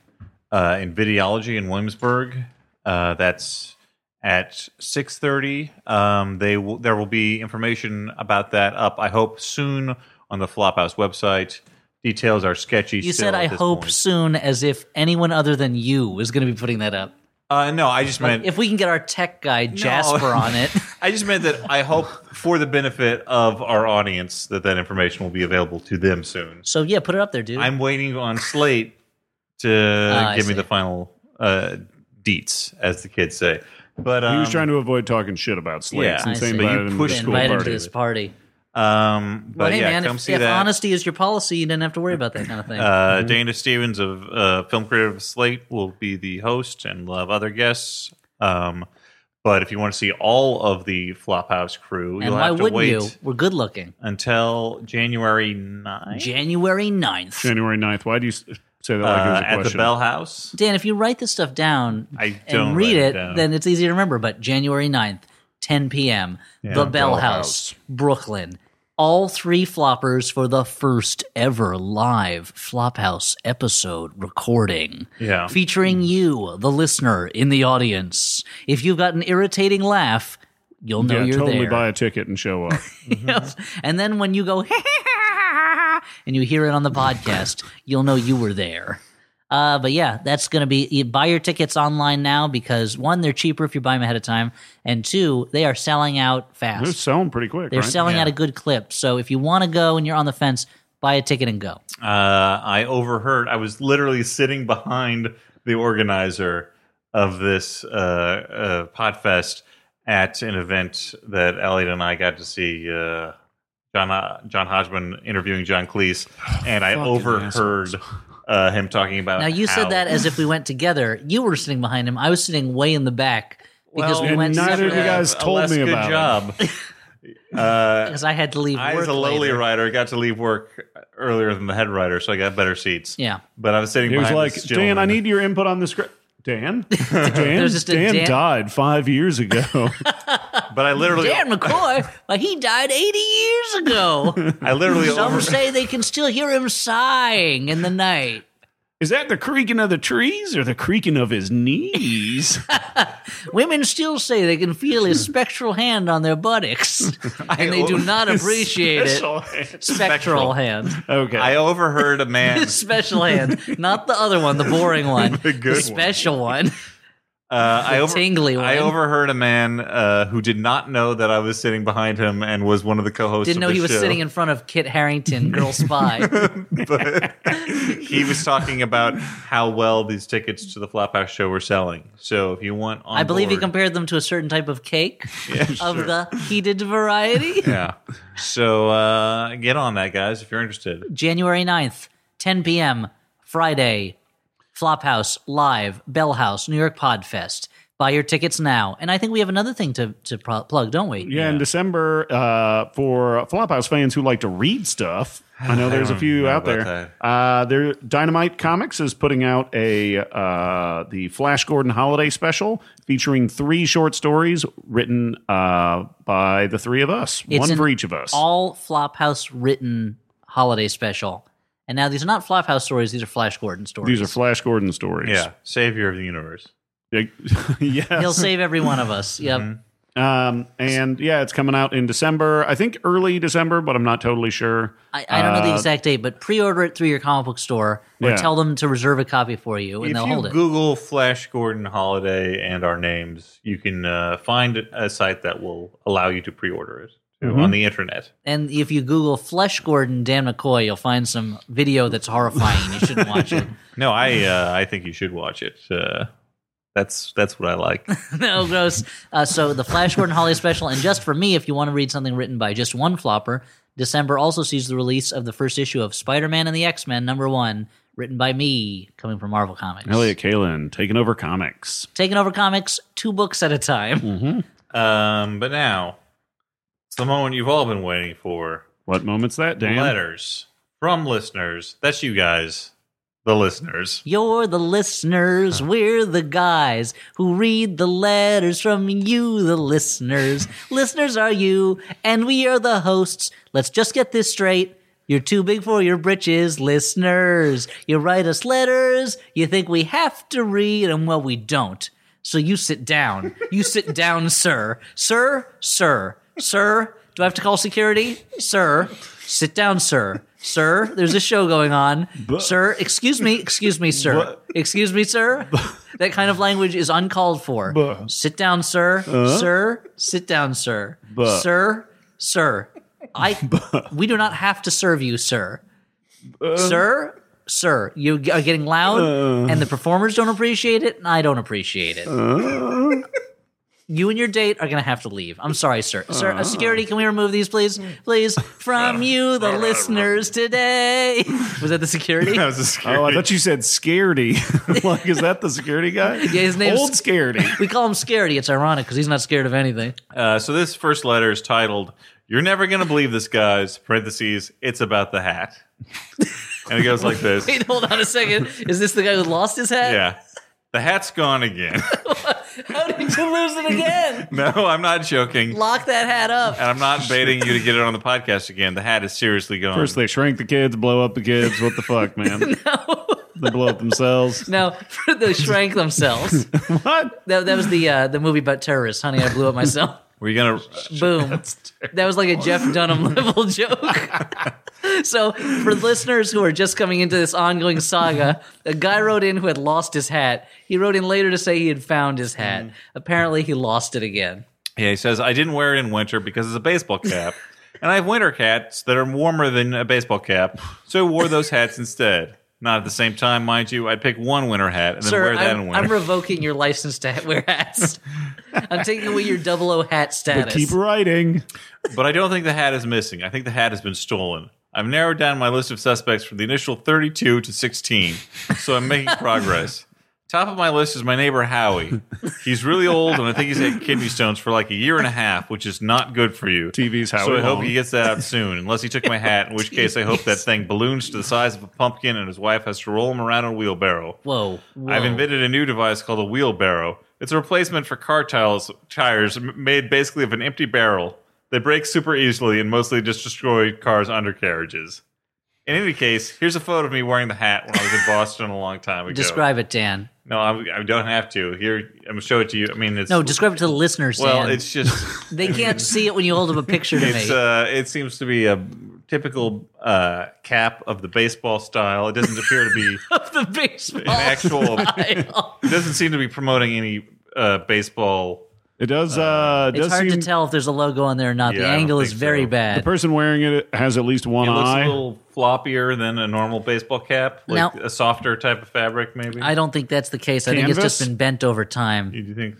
uh, in Videology in Williamsburg. Uh, that's at 6.30. Um, they will, there will be information about that up, I hope, soon on the Flophouse website. Details are sketchy.
You
still
said,
at
I
this
hope
point."
soon, as if anyone other than you is going to be putting that up.
Uh, no, I just meant
If we can get our tech guy, Jasper, on it.
I just meant that I hope for the benefit of our audience that that information will be available to them soon.
So, yeah, put it up there, dude.
I'm waiting on Slate to
Ah, I
give me
see.
the final uh, deets, as the kids say. But um,
he was trying to avoid talking shit about slaves
yeah,
I
and saying
see.
about
But you
it in the
pushed
school
me
Invite him to
party.
this party.
Um, but
Well, hey,
yeah,
man,
come
if,
see
if
that.
honesty is your policy, you didn't have to worry about that kind of thing.
uh, Dana Stevens of uh, Film Creative Slate will be the host, and we'll have other guests. Um, but if you want to see all of the Flophouse crew,
and
you'll
why
have to
wouldn't
wait
you? We're good looking.
until January 9th.
January 9th.
January 9th. Why do you s- say that like it was
uh,
a
at the
question?
Bell House.
Dan, if you write this stuff down
I don't
and read
write it
it,
down.
then it's easy to remember. But January 9th, 10 p.m., The Bell,
Bell
House, Brooklyn. All three floppers for the first ever live Flophouse episode recording.
Yeah.
Featuring you, the listener, in the audience. If you've got an irritating laugh, You'll know
yeah,
you're
totally
there.
buy a ticket and show up.
Yes. And then when you go and you hear it on the podcast, you'll know you were there. Uh, but yeah, that's going to be you buy your tickets online now because one, they're cheaper if you buy them ahead of time, and two, they are selling out fast.
They're selling pretty quick.
They're
right?
selling out a good clip. So if you want to go and you're on the fence, buy a ticket and go.
uh, I overheard. I was literally sitting behind the organizer of this uh, uh, Podfest at an event that Elliot and I got to see uh, John uh, John Hodgman interviewing John Cleese, and I overheard uh, him talking about.
Now you
how-
said that as if we went together. You were sitting behind him. I was sitting way in the back because we
and
went
neither of you
separate
guys
Uh,
told
Les,
me
good
about it.
job. uh,
because I had to leave
I,
work
as a lowly
later.
writer, got to leave work earlier than the head writer, so I got better seats.
Yeah.
but I was sitting.
He was
behind
like,
this
Dan, I
gentleman."
need your input on the script. Dan? Dan,
There's just a
Dan,
Dan-
died five years ago.
But I literally,
Dan McCoy, like he died 80 years ago.
I literally
Some
over-
say they can still hear him sighing in the night.
Is that the creaking of the trees or the creaking of his knees?
Women still say they can feel his spectral hand on their buttocks, and they do not appreciate it.
Special.
Spectral hand.
okay.
I overheard a man.
special hand. Not the other one, the boring one. The
good one.
special one.
Uh, I, over-
tingly
I
one.
overheard a man uh, who did not know that I was sitting behind him and was one of the co-hosts.
Didn't
of
know
the
he was
show.
sitting in front of Kit Harrington, Girl Spy.
but he was talking about how well these tickets to the Flophouse show were selling. So if you want, on
I believe he
board-
compared them to a certain type of cake of the heated variety.
Yeah. So uh, get on that, guys, if you're interested.
January 9th, 10 p.m., Friday, Flophouse Live, Bell House, New York Podfest. Buy your tickets now. And I think we have another thing to, to pro- plug, don't we?
yeah, in December, uh, for Flophouse fans who like to read stuff, I know there's a few
know
out
about
there. Uh, there, Dynamite Comics is putting out a uh, the Flash Gordon holiday special featuring three short stories written uh, by the three of us,
It's
one
an
for each of us.
All Flophouse written holiday special. And now these are not Flophouse stories, these are Flash Gordon stories.
These are Flash Gordon stories.
Yeah, savior of the universe.
yes.
He'll save every one of us. Yep.
Um, and yeah, it's coming out in December. I think early December, but I'm not totally sure.
I, I don't know the
Uh,
exact date, but pre order it through your comic book store or
Yeah.
tell them to reserve a copy for you and
if
they'll
you
hold it.
Google Flash Gordon Holiday and our names, you can uh, find a site that will allow you to pre-order it too,
Mm-hmm.
on the internet.
And if you Google Flesh Gordon Dan McCoy, you'll find some video that's horrifying. You shouldn't watch it.
No, I uh, I think you should watch it. Uh, that's that's what I like.
no, gross. Uh, so the Flash Gordon Holly special, and just for me, if you want to read something written by just one flopper, December also sees the release of the first issue of Spider-Man and the X-Men number one, written by me, coming from Marvel Comics.
Elliot Kalin taking over comics.
Taking over comics, two books at a time.
Um, but now it's the moment you've all been waiting for.
What moment's that, Dan?
Letters from listeners. That's you guys, the listeners.
You're the listeners, we're the guys who read the letters from you, the listeners. listeners are you, and we are the hosts. Let's just get this straight. You're too big for your britches, listeners. You write us letters, you think we have to read, and well, we don't. So you sit down. You sit down, sir. Sir, sir, sir. Do I have to call security? Sir, sit down, sir. Sir, there's a show going on. sir, excuse me, excuse me, sir. excuse me, sir. that kind of language is uncalled for. sit down, sir. sir, sit down, sir. sir, sir. I we do not have to serve you, sir sir, sir, you are getting loud, and the performers don't appreciate it, and I don't appreciate it. you and your date are going to have to leave. I'm sorry, sir. Sir, uh, security, can we remove these, please? Please, from you, the listeners today. Was that the security?
That was a scary.
Oh, I thought you said scaredy. like, is that the security guy? Yeah,
his name's-
old scaredy.
We call him Scaredy. It's ironic because he's not scared of anything.
Uh, so this first letter is titled "You're Never Gonna Believe This, Guys." Parentheses. It's about the hat, and it goes like this.
Wait, hold on a second. Is this the guy who lost his hat?
Yeah, the hat's gone again.
How did you lose it again?
no, I'm not joking,
Lock that hat up.
and I'm not baiting you to get it on the podcast again. The hat is seriously gone.
First, they shrink the kids, blow up the kids. What the fuck, man? They blow up themselves.
No, they shrank themselves.
What?
That, that was the uh, the movie about terrorists. Honey, I blew up myself.
We're gonna
Boom. That was like a Jeff Dunham level joke. so, for listeners who are just coming into this ongoing saga, a guy wrote in who had lost his hat. He wrote in later to say he had found his
Mm.
hat. Apparently, he lost it again.
Yeah, he says I didn't wear it in winter because it's a baseball cap, and I have winter hats that are warmer than a baseball cap, so I wore those hats instead. Not at the same time, mind you. I'd pick one winter hat and then
Sir,
wear that
I'm,
in
I'm
winter.
revoking your license to ha- wear hats. I'm taking away your double O hat
But
status.
keep writing.
but I don't think the hat is missing. I think the hat has been stolen. I've narrowed down my list of suspects from the initial 32 to 16, so I'm making progress. Top of my list is my neighbor Howie. He's really old, and I think he's had kidney stones for like a year and a half, which is not good for you.
TV's Howie
So I hope
Long.
he gets that out soon, unless he took my hat, in which case I hope that thing balloons to the size of a pumpkin and his wife has to roll him around in a wheelbarrow.
Whoa, whoa.
I've invented a new device called a wheelbarrow. It's a replacement for car tiles, tires m- made basically of an empty barrel. They break super easily and mostly just destroy cars' undercarriages. In any case, here's a photo of me wearing the hat when I was in Boston a long time ago.
Describe it, Dan.
No, I, I don't have to. Here, I'm gonna show it to you. I mean, it's
No, describe it to the listeners,
well,
Dan.
it's just
they can't see it when you hold up a picture to
it's
me.
uh, it seems to be a typical uh, cap of the baseball style. It doesn't appear to be
of the baseball.
an actual.
style.
It doesn't seem to be promoting any uh, baseball.
It does. Uh,
It's
does
hard
seem
to tell if there's a logo on there or not. the
Yeah, I don't
angle is
think
very
so.
the
bad.
person wearing it has at least one
It looks
eye.
a little floppier than a normal baseball cap, like
Now-
a softer type of fabric, maybe.
I don't think that's the case. I think it's just
Canvas?
been bent over time.
Do you think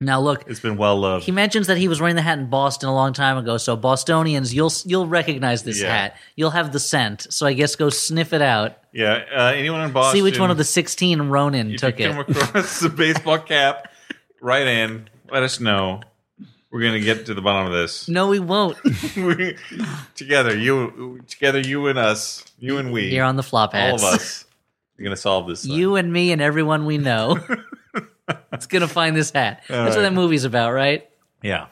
Now look,
it's been well loved?
he mentions that he was wearing the hat in Boston a long time ago. So Bostonians, you'll you'll recognize this
Yeah.
hat. You'll have the scent. So I guess go sniff it out.
yeah, uh, anyone in Boston?
See which one of the 16 Ronin
if
took
you
it.
come across the baseball cap, right in. Let us know. We're gonna get to the bottom of this.
No, we won't.
we, together, you, together, you and us, you and we,
You're on the flop
all
hats.
of us. We're gonna solve this. thing.
You and me and everyone we know. it's going to find this hat. That's what that movie's about, right?
Yeah.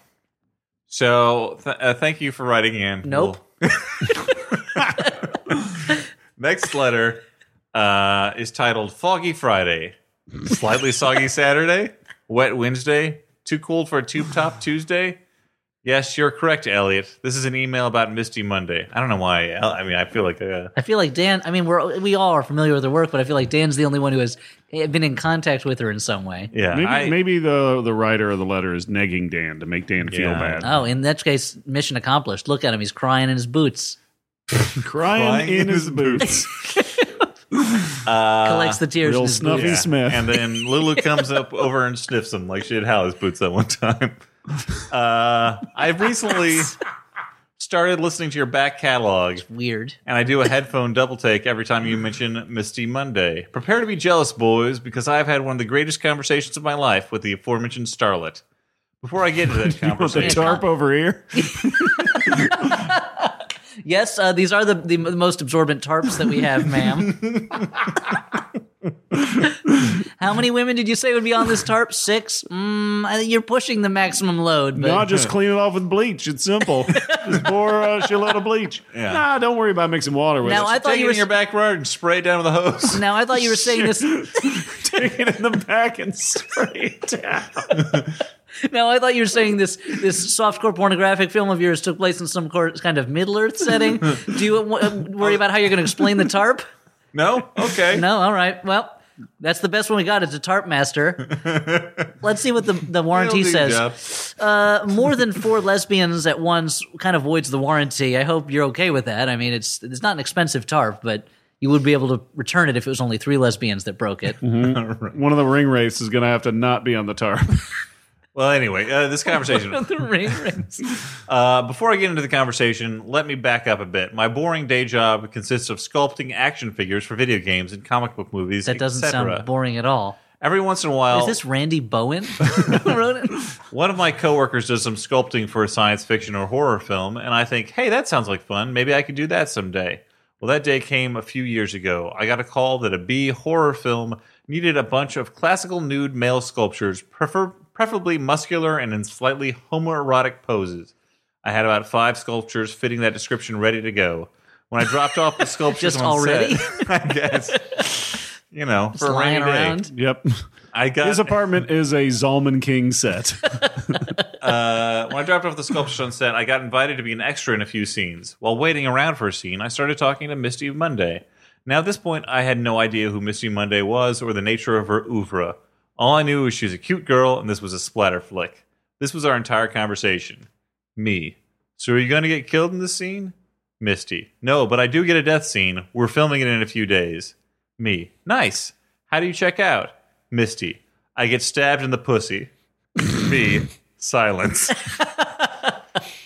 So th- uh, thank you for writing in.
Nope.
We'll- Next letter uh, is titled Foggy Friday, Slightly Soggy Saturday, Wet Wednesday, Too Cold for a Tube Top Tuesday. Yes, you're correct, Elliot. This is an email about Misty Monday. I don't know why. El- I mean, I feel like uh,
I feel like Dan, I mean, we're, we all are familiar with her work, but I feel like Dan's the only one who has eh, been in contact with her in some way.
yeah,
Maybe,
I,
maybe the the writer of the letter is negging Dan to make Dan feel
Yeah.
bad.
Oh, in that case, mission accomplished. Look at him. He's crying in his boots,
crying,
Crying
in
in
his
his
boots.
collects the tears in
Uh, Real
his
snuffy
boots.
Smith.
And then Lulu comes up over and sniffs him like she did Howie's boots that one time. Uh, I've recently started listening to your back catalog,
Weird.
and I do a headphone double take every time you mention Misty Monday. Prepare to be jealous, boys, because I've had one of the greatest conversations of my life with the aforementioned Starlet. Before I get to that
Put the
conversation,
tarp over here.
Yes, uh, these are the, the most absorbent tarps that we have, ma'am. How many women did you say would be on this tarp? Six? Mm, I think you're pushing the maximum load. But
No, just clean it off with bleach. It's simple. just pour a shitload of bleach.
Yeah.
Nah, don't worry about mixing water with
Now
it.
I
take
thought you
it
were
in your backyard and spray it down with a hose.
now I thought you were saying this.
Take it in the back and spray it down.
No, I thought you were saying this this softcore pornographic film of yours took place in some cor- kind of Middle Earth setting. Do you w- worry about how you're going to explain the tarp?
No, okay.
No, all right. Well, that's the best one we got. It's a tarp master. Let's see what the, the
It'll
warranty
do,
says. Uh,
Jeff.
more than four lesbians at once kind of voids the warranty. I hope you're okay with that. I mean, it's it's not an expensive tarp, but you would be able to return it if it was only three lesbians that broke it.
One of the ring race is going to have to not be on the tarp.
Well, anyway, uh, this conversation.
the ring rings.
Uh, before I get into the conversation, let me back up a bit. My boring day job consists of sculpting action figures for video games and comic book movies.
That doesn't
et cetera.
sound boring at all.
Every once in a
Is
while,
this Randy Bowen? who wrote it?
one of my coworkers does some sculpting for a science fiction or horror film, and I think, hey, that sounds like fun. Maybe I could do that someday. Well, that day came a few years ago. I got a call that a B horror film needed a bunch of classical nude male sculptures, prefer- preferably muscular and in slightly homoerotic poses. I had about five sculptures fitting that description ready to go. When I dropped off the sculptures
Just
on
already?
set, I guess, you know, for a rainy
lying
day.
around.
yep.
I got
His apartment is a Zalman King set.
Uh, when I dropped off the sculptures on set, I got invited to be an extra in a few scenes. While waiting around for a scene, I started talking to Misty Monday. Now, at this point, I had no idea who Misty Monday was or the nature of her oeuvre. All I knew was she was a cute girl, and this was a splatter flick. This was our entire conversation. Me. So, are you going to get killed in this scene? Misty. No, but I do get a death scene. We're filming it in a few days. Me. Nice. How do you check out? Misty. I get stabbed in the pussy. Me. Silence.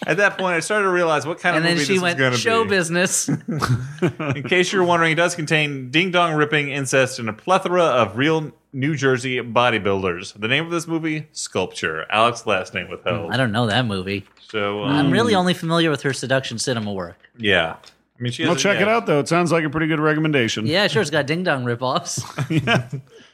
At that point, I started to realize what kind
And
of
then
movie
she
this
went
is
show
going to be.
business.
In case you're wondering, it does contain ding dong ripping incest and a plethora of real New Jersey bodybuilders. The name of this movie: Sculpture. Alex last name withheld.
Mm, I don't know that movie.
So
I'm
um,
really
Hmm.
only familiar with her seduction cinema work.
yeah, I mean she.
Well,
has a-
check it
yeah,
out though. It sounds like a pretty good recommendation.
Yeah, sure, it's got ding dong ripoffs.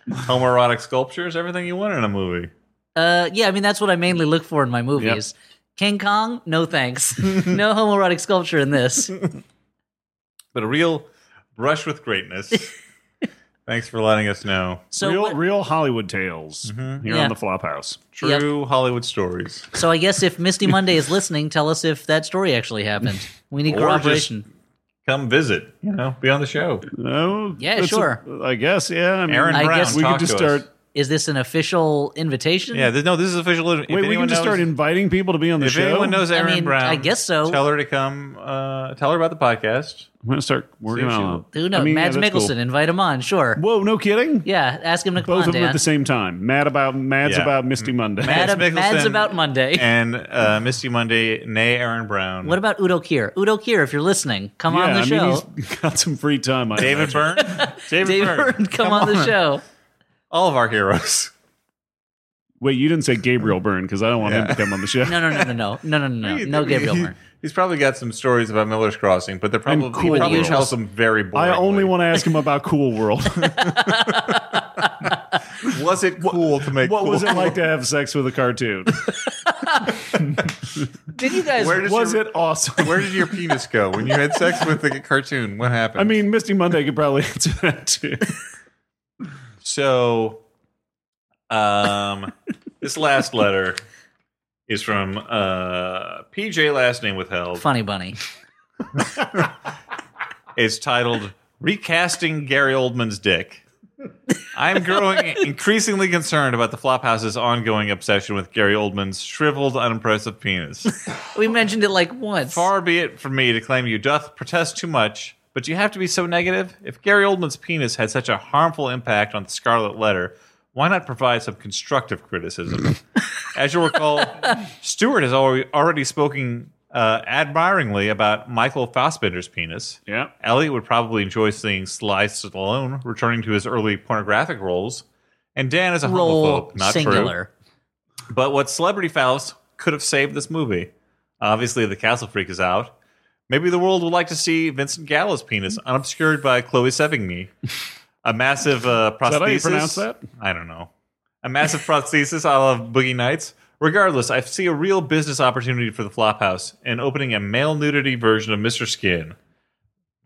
Homoerotic sculptures, everything you want in a movie.
Uh, yeah, I mean that's what I mainly look for in my movies. King Kong, no thanks. no homoerotic sculpture in this.
But a real brush with greatness. Thanks for letting us know.
So,
real,
what-
real Hollywood tales
Mm-hmm.
here
Yeah.
on the Flophouse.
True Hollywood stories.
so I guess if Misty Monday is listening, tell us if that story actually happened. We need
Or just-
corroboration.
Come visit. You know, be on the show.
No,
Yeah,
that's a-
sure.
I guess. Yeah, Mm, I mean,
Aaron
I
Brown,
guess-
we
talk
could just
to us.
start.
Is this an official invitation?
Yeah, th- no, this is official. If
Wait, we
anyone
can just
knows-
start inviting people to be on the
If
show.
anyone knows Aaron
mean,
Brown,
I guess so.
Tell her to come. Uh, tell her about the podcast.
I'm gonna start working
See if she
on.
will.
Who knows?
I mean, yeah,
Mads
that's cool.
Mikkelsen, invite him on, sure.
Whoa, no kidding.
Yeah, ask him to come
Both
on,
of them
Dan.
at the same time. Mad about Mad's
Yeah.
about Misty Monday.
Mad-
Mad-
Mads
Mads
Mikkelsen.
about Monday.
And uh, Misty Monday, nay Aaron Brown.
What about Udo Kier? Udo Kier, if you're listening, come
yeah,
on the
I
show.
mean, he's got some free time. I
David
imagine.
Byrne? David,
Dave Byrne, come, on the show.
All of our heroes.
Wait, you didn't say Gabriel Byrne because I don't want him to come on the show.
No, no, no, no, no, no, no, no, no, no, Gabriel
He-
Byrne.
He's probably got some stories about Miller's Crossing, but they're probably,
Cool
he probably
World.
tells them very boring.
I only want to ask him about Cool World.
Was it cool to make
what
cool?
was it like to have sex with a cartoon?
Did you guys?
Where does
was
your,
it awesome?
Where did your penis go when you had sex with the cartoon? What happened?
I mean, Misty Monday could probably answer that too.
so um, this last letter is from uh, PJ last name withheld.
Funny Bunny.
It's titled Recasting Gary Oldman's Dick. I'm growing increasingly concerned about the Flophouse's ongoing obsession with Gary Oldman's shriveled, unimpressive penis.
We mentioned it like once.
Far be it from me to claim you doth protest too much, but you have to be so negative. If Gary Oldman's penis had such a harmful impact on the Scarlet Letter, why not provide some constructive criticism? As you'll recall, Stewart has already, already spoken uh, admiringly about Michael Fassbender's penis.
Yeah.
Elliot would probably enjoy seeing Sly Stallone returning to his early pornographic roles, and Dan is a
roll
homophobe, not
singular.
true. But what celebrity Faust could have saved this movie? Obviously, the Castle Freak is out. Maybe the world would like to see Vincent Gallo's penis unobscured by Chloe Sevigny. A massive uh, prosthesis.
that how you pronounce that?
I don't know. A massive prosthesis I love Boogie Nights. Regardless, I see a real business opportunity for the Flophouse in opening a male nudity version of Mr. Skin.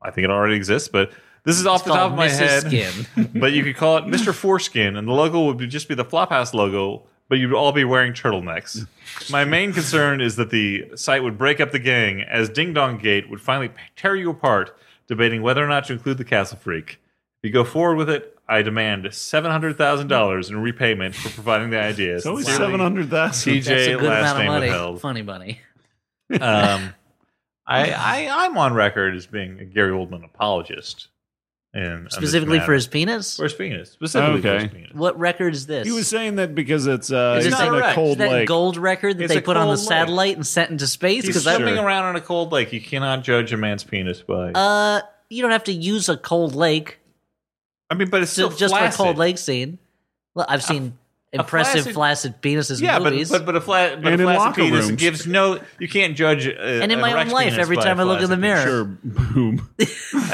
I think it already exists, but this is off the top
called
of my
Mrs.
head.
Skin.
but you could call it Mr. Foreskin, and the logo would be- just be the Flophouse logo, but you'd all be wearing turtlenecks. My main concern is that the site would break up the gang, as Ding Dong Gate would finally p- tear you apart, debating whether or not to include the Castle Freak. If you go forward with it, I demand seven hundred thousand dollars in repayment for providing the idea.
It's always
Sincerely,
seven hundred thousand.
That's a
TJ
good
last
amount of
name
money.
withheld.
Funny Bunny.
Um, I, I I'm on record as being a Gary Oldman apologist, and
Specifically for his penis?
for his penis, specifically for
Okay.
his penis.
What record is this?
He was saying that because it's uh,
It's
it's,
not
in a
correct.
cold
Is that
lake.
gold record that
It's
they
a
put on the
cold lake.
satellite and sent into space?
He's
Because that,
slipping around on a cold lake. You cannot judge a man's penis by.
uh, you don't have to use a cold lake
I mean, but it's
to,
still
just for a
flaccid.
cold lake scene. Well, I've seen impressive flaccid, penises
Yeah,
in
but,
movies.
but but a flat but
And
a
in
flaccid
locker
penis
rooms.
gives no. You can't judge. A,
and in my own life, every time I look in the mirror.
Sure, boom.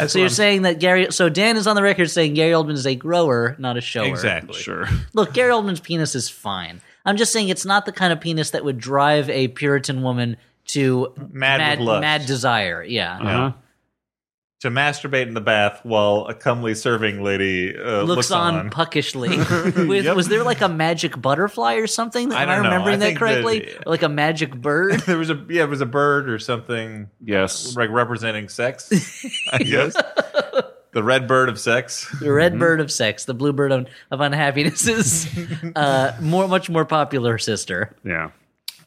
so you're saying that Gary? So Dan is on the record saying Gary Oldman is a grower, not a shower.
exactly
sure.
Look, Gary Oldman's penis is fine. I'm just saying it's not the kind of penis that would drive a Puritan woman to
Mad with lust.
desire. Yeah.
Uh-huh.
to masturbate in the bath while a comely serving lady uh,
looks, on,
on.
puckishly. With,
Yep.
Was there like a magic butterfly or something?
I
Am I
don't know.
remembering
I
that
think
correctly?
that-
Or like a magic bird?
There was a yeah, it was a bird or something
Yes.
like representing sex. I guess the red bird of sex.
The red bird of sex, the blue bird of, of unhappiness is uh, more, much more popular sister.
Yeah.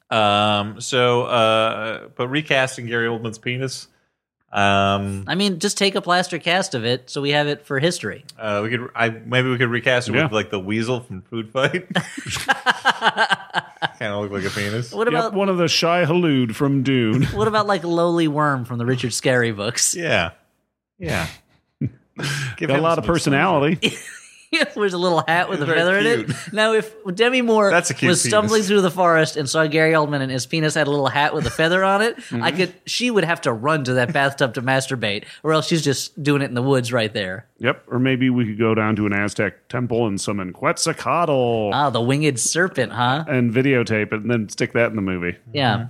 Um. So, uh, but recasting Gary Oldman's penis. Um.
I mean, just take a plaster cast of it so we have it for history.
Uh, we could. I maybe we could recast it
Yeah.
with like the weasel from Food Fight. kind of look like a penis.
What
Yep,
about
one of the shy halud from Dune.
what about like Lowly Worm from the Richard Scarry books?
Yeah. Yeah. Give
Got a
him
lot of
some
personality.
Wears a little hat with a
It's very
feather in it.
cute.
Now, if Demi Moore
That's a cute
was stumbling
penis.
through the forest and saw Gary Oldman and his penis had a little hat with a feather on it,
Mm-hmm.
I could. She would have to run to that bathtub to masturbate, or else she's just doing it in the woods right there.
yep. Or maybe we could go down to an Aztec temple and summon Quetzalcoatl
Ah, the winged serpent, huh?
Mm-hmm.
and videotape it and then stick that in the movie.
Yeah.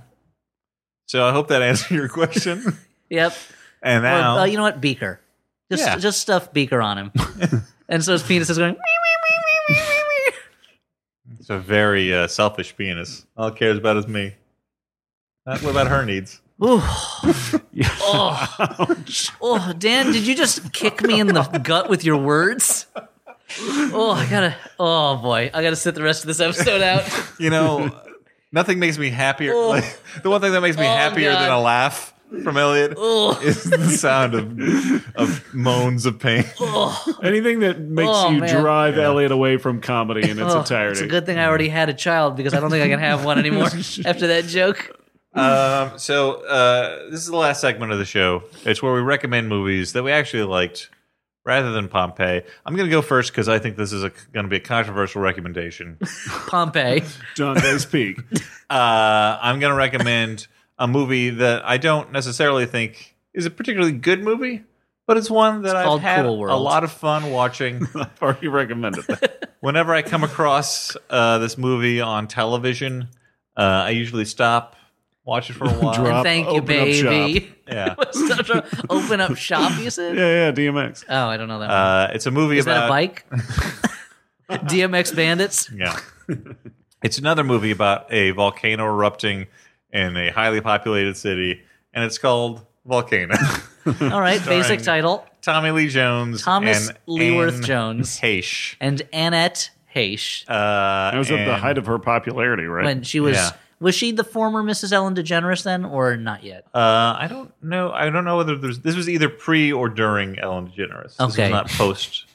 So I hope that answered your question.
Yep.
And
Or,
now
uh, you know what? Beaker. Just
Yeah.
just stuff Beaker on him, and so his penis is going. "Wee, wee, wee, wee, wee, wee."
it's a very uh, selfish penis. All it cares about is me. Uh, what about her needs?
Ooh. oh. oh, Dan, did you just kick me in the gut with your words? Oh, I gotta. Oh boy, I gotta sit the rest of this episode out.
You know, nothing makes me happier.
Oh.
Like, the one thing that makes me
Oh,
happier
God.
than a laugh from Elliot
Oh,
is the sound of of moans of pain.
Anything that makes
Oh,
you
man.
drive Elliot away from comedy in its
oh,
entirety.
It's a good thing I already had a child because I don't think I can have one anymore after that joke.
Um, so uh, this is the last segment of the show. It's where we recommend movies that we actually liked rather than Pompeii. I'm going to go first because I think this is going to be a controversial recommendation.
Pompeii.
John Day's Peak.
uh, I'm going to recommend a movie that I don't necessarily think is a particularly good movie, but it's one that I've
called
had
Cool World.
a lot of fun watching.
I've already recommended that.
Whenever I come across uh, this movie on television, uh, I usually stop, watch it for a while.
Drop. Up,
Thank you,
open up
baby.
Yeah.
Stop trying to open up shop. You said.
Yeah, yeah, DMX.
Oh, I don't know that. one.
Uh, it's a movie
Is
about
that a bike? DMX bandits.
Yeah. it's another movie about a volcano erupting in a highly populated city, and it's called Volcano.
All right, basic
Starring-
title.
Tommy Lee Jones.
Thomas
and
Leaworth
Anne
Jones.
Heche.
and Annette Heche
Uh, that
That was at the height of her popularity, right?
when she was
yeah.
was she the former Mrs. Ellen DeGeneres then or not yet?
Uh, I don't know. I don't know whether there's. This was either pre or during Ellen DeGeneres. This
Okay.
was not post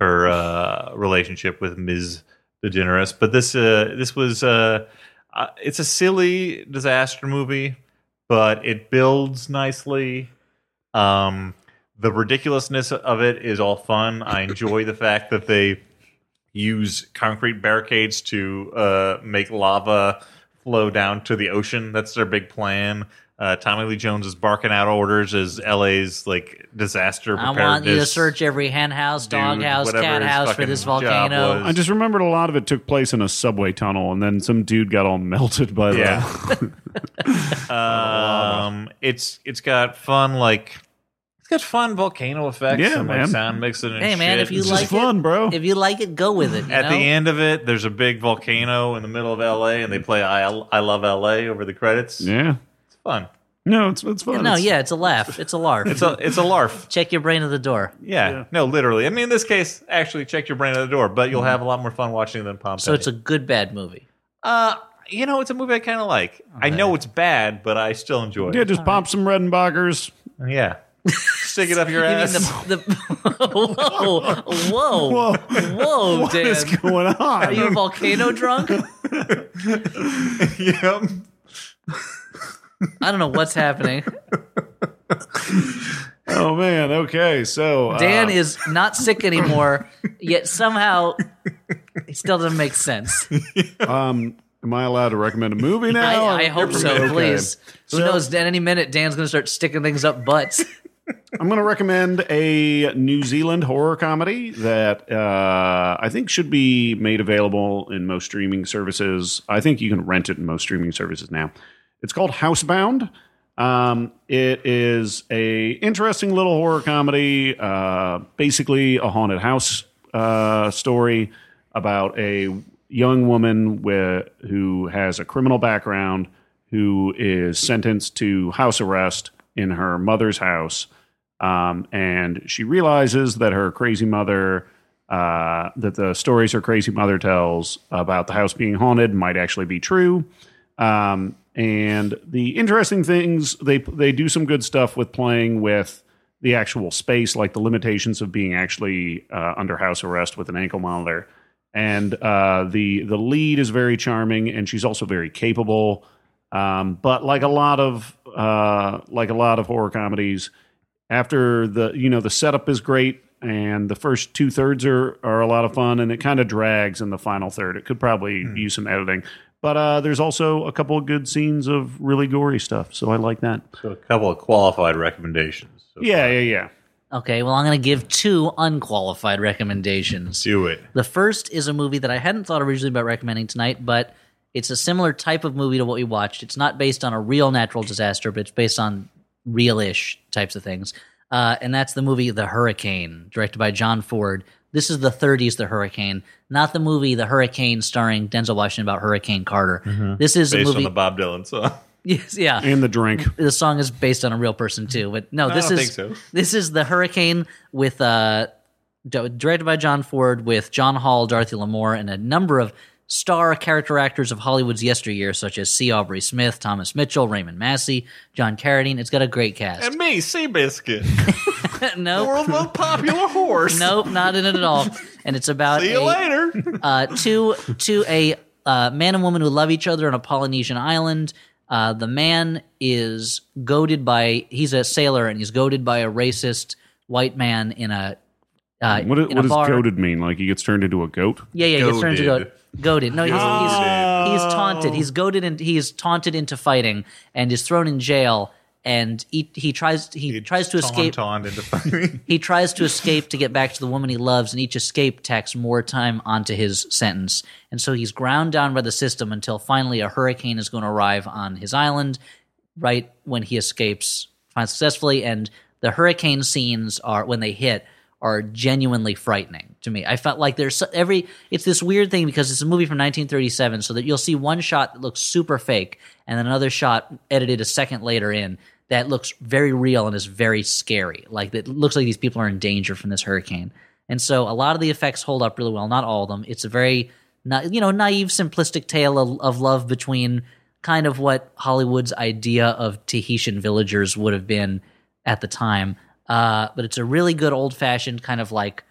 her uh, relationship with Ms. DeGeneres. But this uh, this was. Uh, uh, it's a silly disaster movie, but it builds nicely. Um, the ridiculousness of it is all fun. I enjoy the fact that they use concrete barricades to uh, make lava flow down to the ocean. That's their big plan. Uh, Tommy Lee Jones is barking out orders as LA's like disaster
I
preparedness.
want you to search every hen house, dog
dude,
house,
whatever
cat
his
house for
fucking
this
job
volcano.
was.
I just remembered a lot of it took place in a subway tunnel, and then some dude got all melted by the.
Yeah. Um, it's it's got fun like it's got fun volcano effects
Yeah,
and
man.
like sound mixing. And
Hey, man,
shit.
if you
It's
This
just
like
is fun, bro.
If you like it, go with it. you
At
know?
the end of it, there's a big volcano in the middle of LA, and they play "I, I Love LA" over the credits.
yeah.
It's fun.
No, it's it's fun.
no,
It's-
yeah, it's a laugh. It's a larf.
It's a it's a larf.
Check your brain at the door.
Yeah. No, literally. I mean, in this case, actually, check your brain at the door, but you'll have a lot more fun watching it than Pompeii.
So it's a good bad movie.
uh, you know, it's a movie I kind of like. I know it's bad, but I still enjoy
Yeah,
it.
just pop some Redenbachers.
Yeah. Stick it up your
You mean
ass.
the, the whoa, whoa,
Whoa.
whoa,
What
Dan.
is going
Are you
on?
volcano drunk?
Yep.
I don't know what's happening.
Uh,
Oh man. Okay. So uh,
Dan is not sick anymore, yet somehow it still doesn't make sense.
um, am I allowed to recommend a movie
I,
now?
I hope so,
Okay.
please. Who
So-
knows? Dan, any minute, Dan's going to start sticking things up butts.
I'm going to recommend a New Zealand horror comedy that uh, I think should be made available in most streaming services. I think you can rent it in most streaming services now. It's called Housebound. Um, it is a interesting little horror comedy, uh, basically a haunted house uh, story about a young woman with, who has a criminal background who is sentenced to house arrest in her mother's house um, and she realizes that her crazy mother uh, that the stories her crazy mother tells about the house being haunted might actually be true um, and the interesting things they they do some good stuff with playing with the actual space like the limitations of being actually uh, under house arrest with an ankle monitor and uh, the the lead is very charming and she's also very capable um, but like a lot of uh, like a lot of horror comedies after the you know the setup is great and the first two thirds are are a lot of fun and it kind of drags in the final third. It could probably
Hmm.
use some editing, but uh, there's also a couple of good scenes of really gory stuff, so I like that.
So a couple of qualified recommendations. So
Yeah, yeah, yeah.
Okay, well, I'm going to give two unqualified recommendations.
Do it.
The first is a movie that I hadn't thought originally about recommending tonight, but it's a similar type of movie to what we watched. It's not based on a real natural disaster, but it's based on real-ish types of things. Uh, and that's the movie The Hurricane, directed by John Ford. This is the 30s The Hurricane, not the movie The Hurricane starring Denzel Washington about Hurricane Carter. This is
Mm-hmm. Based
a movie.
on the Bob Dylan song.
yes, yeah
And the drink.
the song is based on a real person too. But no,
I
this
don't
is
think so.
this is the Hurricane with uh, d- directed by John Ford with John Hall, Dorothy L'Amour, and a number of star character actors of Hollywood's yesteryear, such as C. Aubrey Smith, Thomas Mitchell, Raymond Massey, John Carradine. It's got a great cast.
And me, Seabiscuit, the
no,
world's most popular horse.
no, not in it at all. And it's about
See you
a-
later.
uh, to to a uh, man and woman who love each other on a Polynesian island. Uh, the man is goaded by he's a sailor and he's goaded by a racist white man in a uh,
What, do-
in
what
a
does
bar.
goaded mean? Like he gets turned into a goat?
Yeah, yeah, he gets turned into
Goaded.
goat. Goaded. No, he's,
Goaded.
he's he's taunted. He's goaded and he's taunted into fighting and is thrown in jail. And he, he tries he, tries to escape
Tauntaun into fighting.
he tries to escape to get back to the woman he loves, and each escape tacks more time onto his sentence. And so he's ground down by the system until finally a hurricane is going to arrive on his island right when he escapes finds successfully. And the hurricane scenes are, when they hit, are genuinely frightening to me. I felt like there's so- every, it's this weird thing because it's a movie from 1937, so that you'll see one shot that looks super fake and then another shot edited a second later in that looks very real and is very scary. Like it looks like these people are in danger from this hurricane. And so a lot of the effects hold up really well. Not all of them. It's a very na- you know naive, simplistic tale of, of love between kind of what Hollywood's idea of Tahitian villagers would have been at the time. Uh, but it's a really good old fashioned kind of like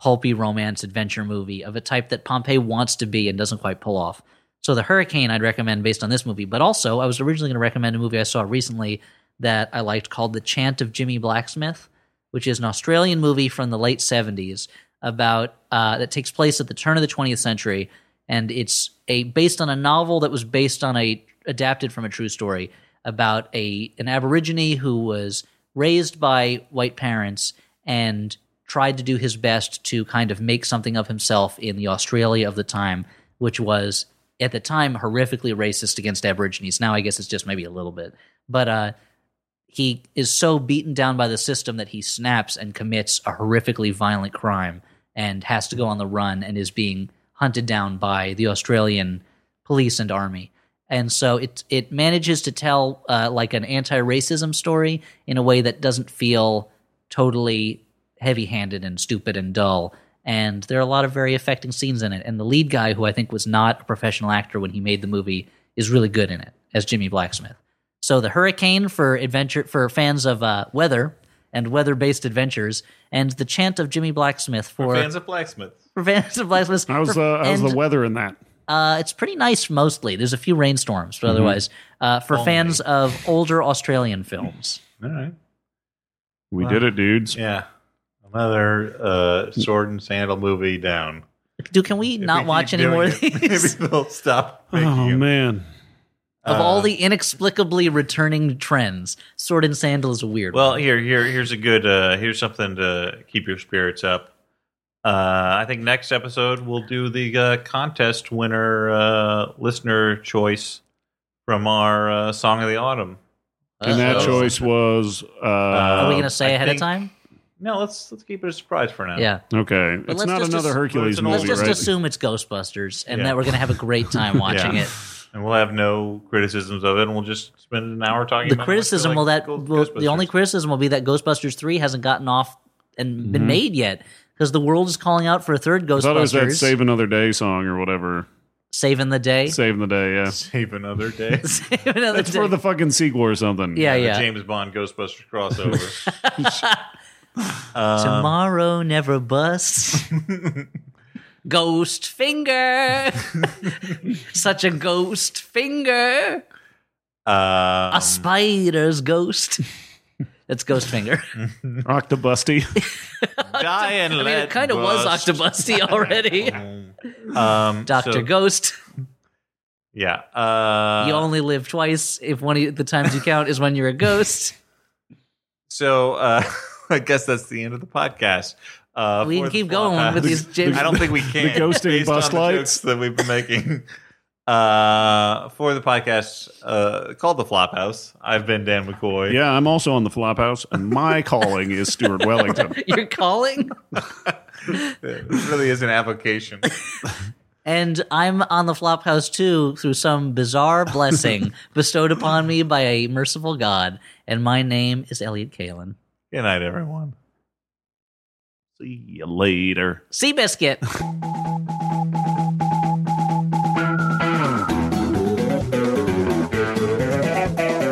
pulpy romance adventure movie of a type that Pompeii wants to be and doesn't quite pull off. So The Hurricane I'd recommend based on this movie, but also I was originally going to recommend a movie I saw recently that I liked called The Chant of Jimmy Blacksmith, which is an Australian movie from the late 70s about uh, that takes place at the turn of the 20th century and it's a based on a novel that was based on a adapted from a true story about a an aborigine who was raised by white parents and tried to do his best to kind of make something of himself in the Australia of the time, which was at the time horrifically racist against Aborigines. Now I guess it's just maybe a little bit, but uh, he is so beaten down by the system that he snaps and commits a horrifically violent crime and has to go on the run and is being hunted down by the Australian police and army. And so it it manages to tell uh, like an anti-racism story in a way that doesn't feel totally heavy-handed and stupid and dull. And there are a lot of very affecting scenes in it. And the lead guy, who I think was not a professional actor when he made the movie, is really good in it as Jimmy Blacksmith. So the hurricane for adventure for fans of uh, weather and weather-based adventures, and the chant of Jimmy Blacksmith for,
Fans of blacksmiths.
for fans of blacksmiths.
How's
for-
the how's
and,
the weather in uh, that?
uh, it's pretty nice mostly. There's a few rainstorms,
Mm-hmm.
but otherwise, uh, for fans of older Australian films.
All right.
We did it, dudes.
Yeah. Another uh, sword and sandal movie down.
Do can we
If
not
we keep
watch any
doing
more of
it,
these?
Maybe Uh, they'll stop. making
Oh
them.
man,
Of all the inexplicably returning trends, sword and sandal is a weird.
Well,
one.
here, here, here's a good. Uh, here's something to keep your spirits up. Uh, I think next episode we'll do the uh, contest winner uh, listener choice from our uh, song of the autumn.
And that
Uh-oh.
choice was uh,
Are we
Uh,
gonna say
I
ahead
think-
of time?
No, let's let's keep it a surprise for now.
Yeah.
okay.
let's
It's not
just
another
ass-
Hercules
let's
Let's
movie,
just
right?
assume it's Ghostbusters and
Yeah.
that we're gonna have a great time watching
Yeah.
it.
and we'll have no criticisms of it, and we'll just spend an hour talking.
The
about
criticism
how
will
we
that
feel like
will,
Ghostbusters.
the only criticism will be that Ghostbusters three hasn't gotten off and been made yet because the world is calling out for a third
Mm-hmm. I thought it was that
Ghostbusters.
"Save Another Day" song or whatever.
saving the day.
Saving the day, yeah.
save another day.
Save another
That's
day.
for the fucking sequel or something.
yeah,
The
yeah.
James Bond Ghostbusters crossover.
Um,
Tomorrow never busts. ghost finger. Such a ghost finger.
uh,
Um.
A spider's ghost. That's ghost finger.
Octobusty.
die and
I mean, it kind of was Octobusty already.
Um,
Doctor
so-
Ghost.
Yeah. Uh,
you only live twice. If one of the times you count is when you're a ghost,
so uh, I guess that's the end of the podcast. Uh,
we can
fourth
keep going
flop.
with these. James.
I don't think we can.
ghosting
based
bus
on the
lights.
jokes that we've been making uh, for the podcast uh, called the Flophouse. I've been Dan McCoy.
yeah, I'm also on the Flophouse, and my calling is Stuart Wellington.
You're calling,
It really is an application.
and I'm on the Flophouse too through some bizarre blessing bestowed upon me by a merciful God, and my name is Elliot Kalen.
Good night, everyone.
See you later.
Seabiscuit.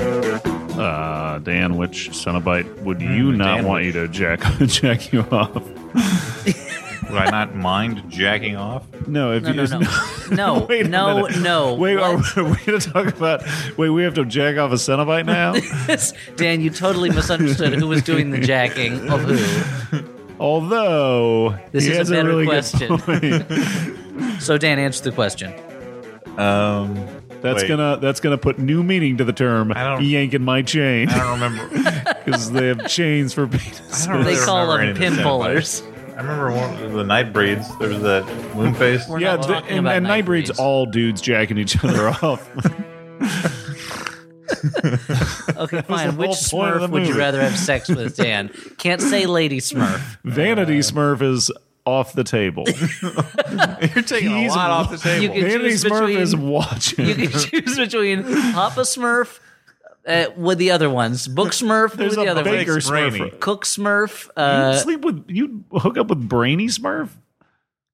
Uh, Dan, which Cenobite would
Mm,
you not
Dan
want
which-
you to jack jack you off?
Would I not mind jacking off?
No, if
No,
you
no, no, no,
Wait a
no,
minute.
no.
Wait, are
What?
we, are we going to talk about? Wait, we have to jack off a Cenobite now.
Dan, you totally misunderstood who was doing the jacking of who.
Although
This
he
is a
has
better
really good
question.
point.
So, Dan, answer the question.
Um,
That's
Wait.
gonna that's gonna put new meaning to the term
I don't-
yanking my chain
I don't remember.
because they have chains for penises.
I don't
They
really
call
remember
them
any of
pin
the
pullers.
I remember one of the night breeds. There was that moon face.
We're
Yeah,
not
the-
talking
and,
about
and
night
Nightbreed's
breeds.
all dudes jacking each other off.
Okay,
was
fine.
the
Which
whole point of the
Smurf would you
movie.
rather have sex with, Dan? Can't say Lady Smurf.
Vanity Smurf is off the table.
You're taking
He's-
a lot off the
You
table.
could
Vanity
choose
Smurf
between-
is
You
watching.
can choose between Papa Smurf, uh, with the other ones, Book Smurf, who
There's
were the
a
other ones,
baker
It's rainy.
Smurf.
Cook Smurf. Uh,
you sleep with you hook up with Brainy Smurf.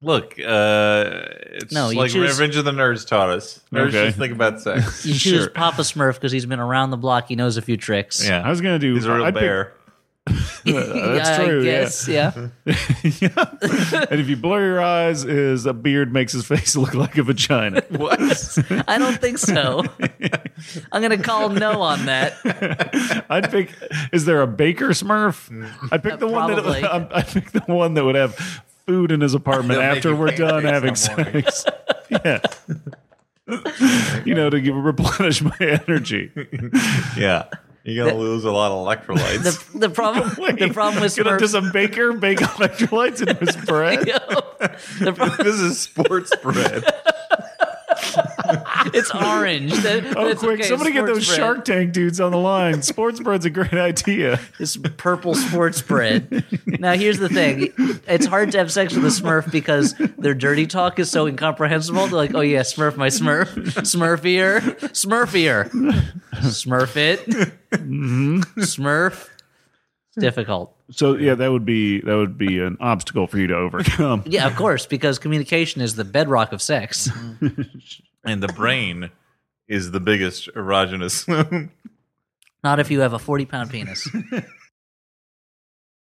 Look, uh, it's
No, you
like
choose-
Revenge of the Nerds taught us. Nerds
Okay.
just think about sex.
you choose
sure.
Papa Smurf because he's been around the block. He knows a few tricks.
yeah,
I was gonna do.
He's a real
I'd pick-
bear.
that's
I
true, yeah.
guess, yeah.
and if you blur your eyes, is a beard makes his face look like a vagina.
What?
I don't think so. I'm going to call no on that.
I'd pick. Is there a baker Smurf? I'd pick the one
Probably.
that I'd pick the one that would have food in his apartment
They'll make
after
you
we're done having
pancakes in the morning.
sex. yeah. you know, to give, replenish my energy.
yeah, you're gonna lose a lot of electrolytes.
The, the problem the problem with
Gonna- does
Smurf.
a baker bake electrolytes in his bread?
The problem,
this is sports bread.
it's orange. That-
Oh,
that's
quick!
okay,
somebody get
sports
those
bread.
Shark Tank dudes on the line. Sports bread's a great idea.
this purple sports bread. Now, here's the thing: it's hard to have sex with a Smurf because their dirty talk is so incomprehensible. They're like, "Oh yeah, Smurf my Smurf, Smurfier, Smurfier, Smurf it, Mm-hmm. Smurf." It's difficult.
So yeah, that would be that would be an obstacle for you to overcome.
Yeah, of course, because communication is the bedrock of sex.
and the brain is the biggest erogenous zone.
Not if you have a forty-pound penis.